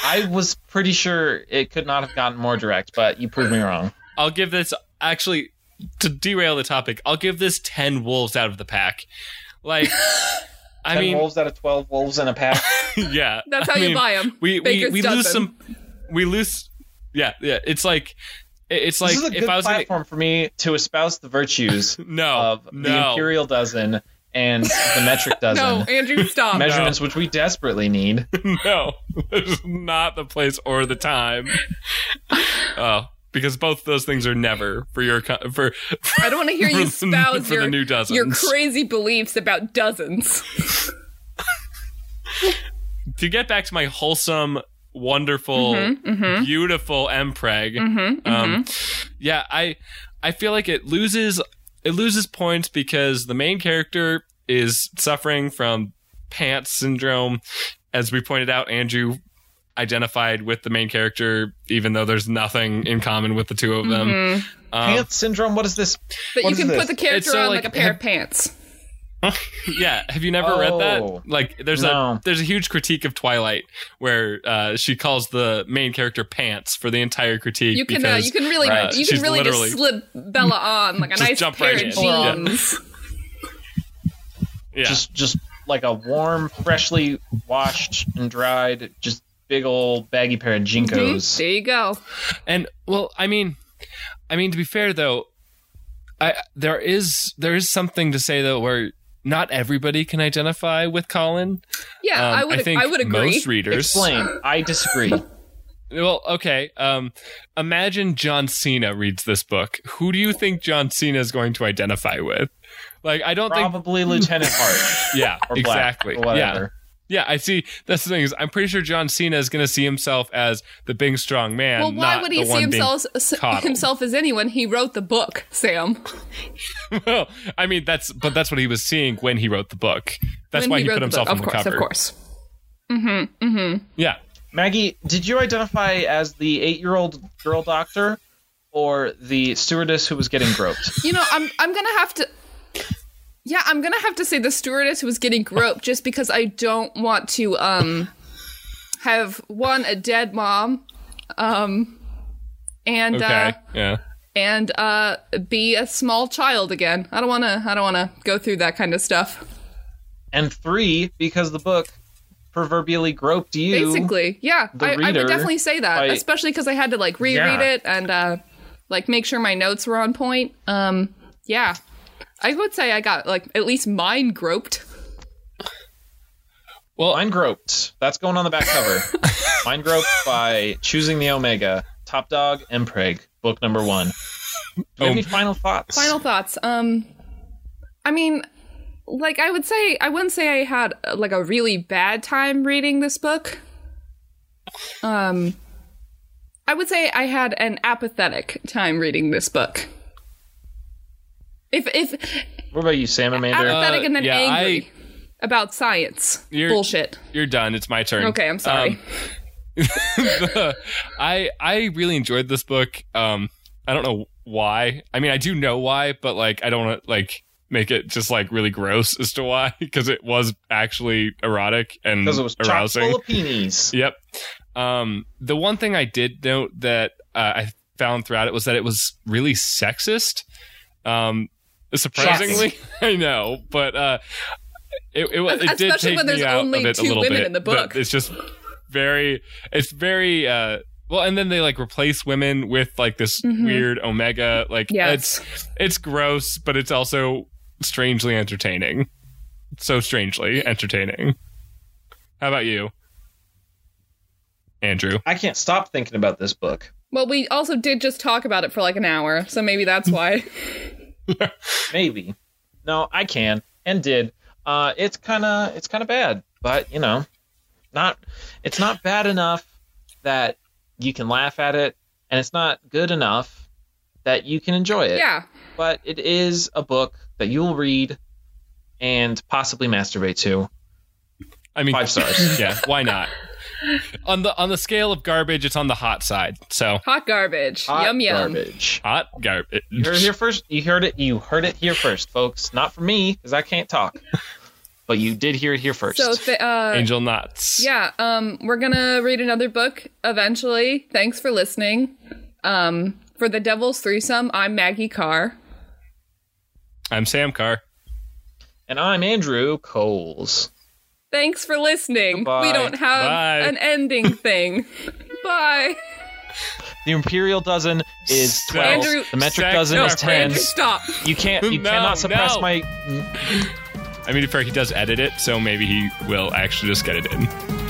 I was pretty sure it could not have gotten more direct, but you proved me wrong.
I'll give this actually to derail the topic. I'll give this 10 wolves out of the pack. Like, I
Ten
mean,
wolves out of twelve wolves in a pack.
yeah.
That's how
I
you
mean,
buy 'em.
We we,
Baker's
we lose
dozen.
some. We lose. Yeah, yeah. It's like it's like
this is a
if
good
I was gonna,
platform for me to espouse the virtues
Oh, no
of
no
the Imperial Dozen and the metric dozen.
No, Andrew, stop.
Measurements which we desperately need.
Um, no, this is not the place or the time. Oh, because both those things are never for your co- for
I don't want to hear you
For the-
spouse
for the
your,
new dozens.
your crazy beliefs about dozens.
to get back to my wholesome, wonderful, beautiful mpreg. Um, yeah, I I feel like it loses it loses points because the main character is suffering from pants syndrome, as we pointed out. Andrew identified with the main character, even though there's nothing in common with the two of them. Um,
Pants syndrome. What is this? What
But you
is
can
this?
put the character
It's so,
on
like,
like, a pair of pants.
Yeah, have you never read
Oh.
that? Like, there's
No.
a there's a huge critique of Twilight where uh, she calls the main character pants for the entire critique.
You can uh,
because,
you can really
right,
you can
she's
really
literally-
just slip Bella on like a
Just
nice
jump
pair
right
of
in.
jeans.
yeah.
Just just like a warm, freshly washed and dried, just big old baggy pair of jinkos.
Hmm?
Mm-hmm.
There you go.
and well, I mean, I mean to be fair though, I there is there is something to say though where not everybody can identify with Colin.
Yeah,
Um,
I would
think
I would agree.
most readers
Explain. I disagree.
Well, okay. Um, imagine John Cena reads this book. Who do you think John Cena is going to identify with? Like, I don't think.
Probably Lieutenant Hart
Yeah,
or Black
mm. exactly.
or
yeah,
whatever.
yeah. I see. That's the thing is, I'm pretty sure John Cena is going to see himself as the big strong man.
well, why
not
would
the
he see
one
himself s-
coddled.
himself as anyone? He wrote the book, Sam.
Being, well, I mean, that's but that's what he was seeing when he wrote the book. That's
when
why
he,
he,
wrote
put
the
himself
book.
on
of
the
course,
cover.
of course.
Yeah.
Maggie, did you identify as the eight-year-old girl doctor or the stewardess who was getting groped?
You know, I'm I'm gonna have to. Yeah, I'm gonna have to say the stewardess who was getting groped just because I don't want to um have one a dead mom, um, and
Okay.
uh,
yeah.
and uh, be a small child again. I don't wanna I don't wanna go through that kind of stuff.
and three because the book proverbially groped you.
Basically, yeah,
the
I, I
reader,
would definitely say that,
by-
especially because I had to like reread
Yeah.
it and uh, like make sure my notes were on point. Um, yeah, I would say I got like at least mine groped.
Well, mine groped. That's going on the back cover. mine groped by choosing the Omega, Top Dog, and Preg, book number one. Do we have
Oh.
any final thoughts?
Final thoughts. Um, I mean, like I would say, I wouldn't say I had uh, like a really bad time reading this book. Um, I would say I had an apathetic time reading this book. If if
What about you, Sam Amander?
apathetic
Uh,
and then
yeah,
angry about science
You're-
bullshit.
You're done. It's my turn.
Okay, I'm sorry.
Um, I I really enjoyed this book. Um, I don't know why. I mean, I do know why, but like, I don't want to like make it just like really gross as to why because it was actually erotic and
Because it was chock
arousing.
full of peenies.
Yep. Um, the one thing I did note that uh, I found throughout it was that it was really sexist. Um, surprisingly, I know, but uh, it, it, wa- it did
Especially
take
when there's
me out
only
of it
two
a little
women
bit.
in the
but
book.
It's just very, it's very. Uh, well, and then they like replace women with like this weird omega. Like,
Mm-hmm. Yes.
it's it's gross, but it's also strangely entertaining. So strangely entertaining. How about you, Andrew?
I can't stop thinking about this book.
well, we also did just talk about it for like an hour, so maybe that's why.
Maybe. No, I can and did. Uh, it's kind of it's kind of bad, but you know, not it's not bad enough that you can laugh at it, and it's not good enough that you can enjoy it.
yeah.
But it is a book that you'll read and possibly masturbate to.
I mean,
Five stars.
yeah, why not? on the on the scale of garbage, it's on the hot side. So
Hot garbage.
Hot
yum yum.
Garbage.
hot garbage.
You heard it here first. You heard it. You heard it here first, folks. Not for me, because I can't talk. But you did hear it here first.
So th- uh,
Angel nuts.
yeah, um, we're gonna read another book eventually. Thanks for listening. Um, for the Devil's Threesome, I'm Maggie Carr.
I'm Sam Carr.
and I'm Andrew Coles.
Thanks for listening.
Goodbye.
We don't have
Bye.
an ending thing. Bye.
The imperial dozen is
Sex.
twelve.
Andrew-
the metric
Sex
dozen
No,
is ten.
Andrew, stop.
You can't. You
No,
cannot suppress
no.
my.
I mean, to be fair, he does edit it, so maybe he will actually just get it in.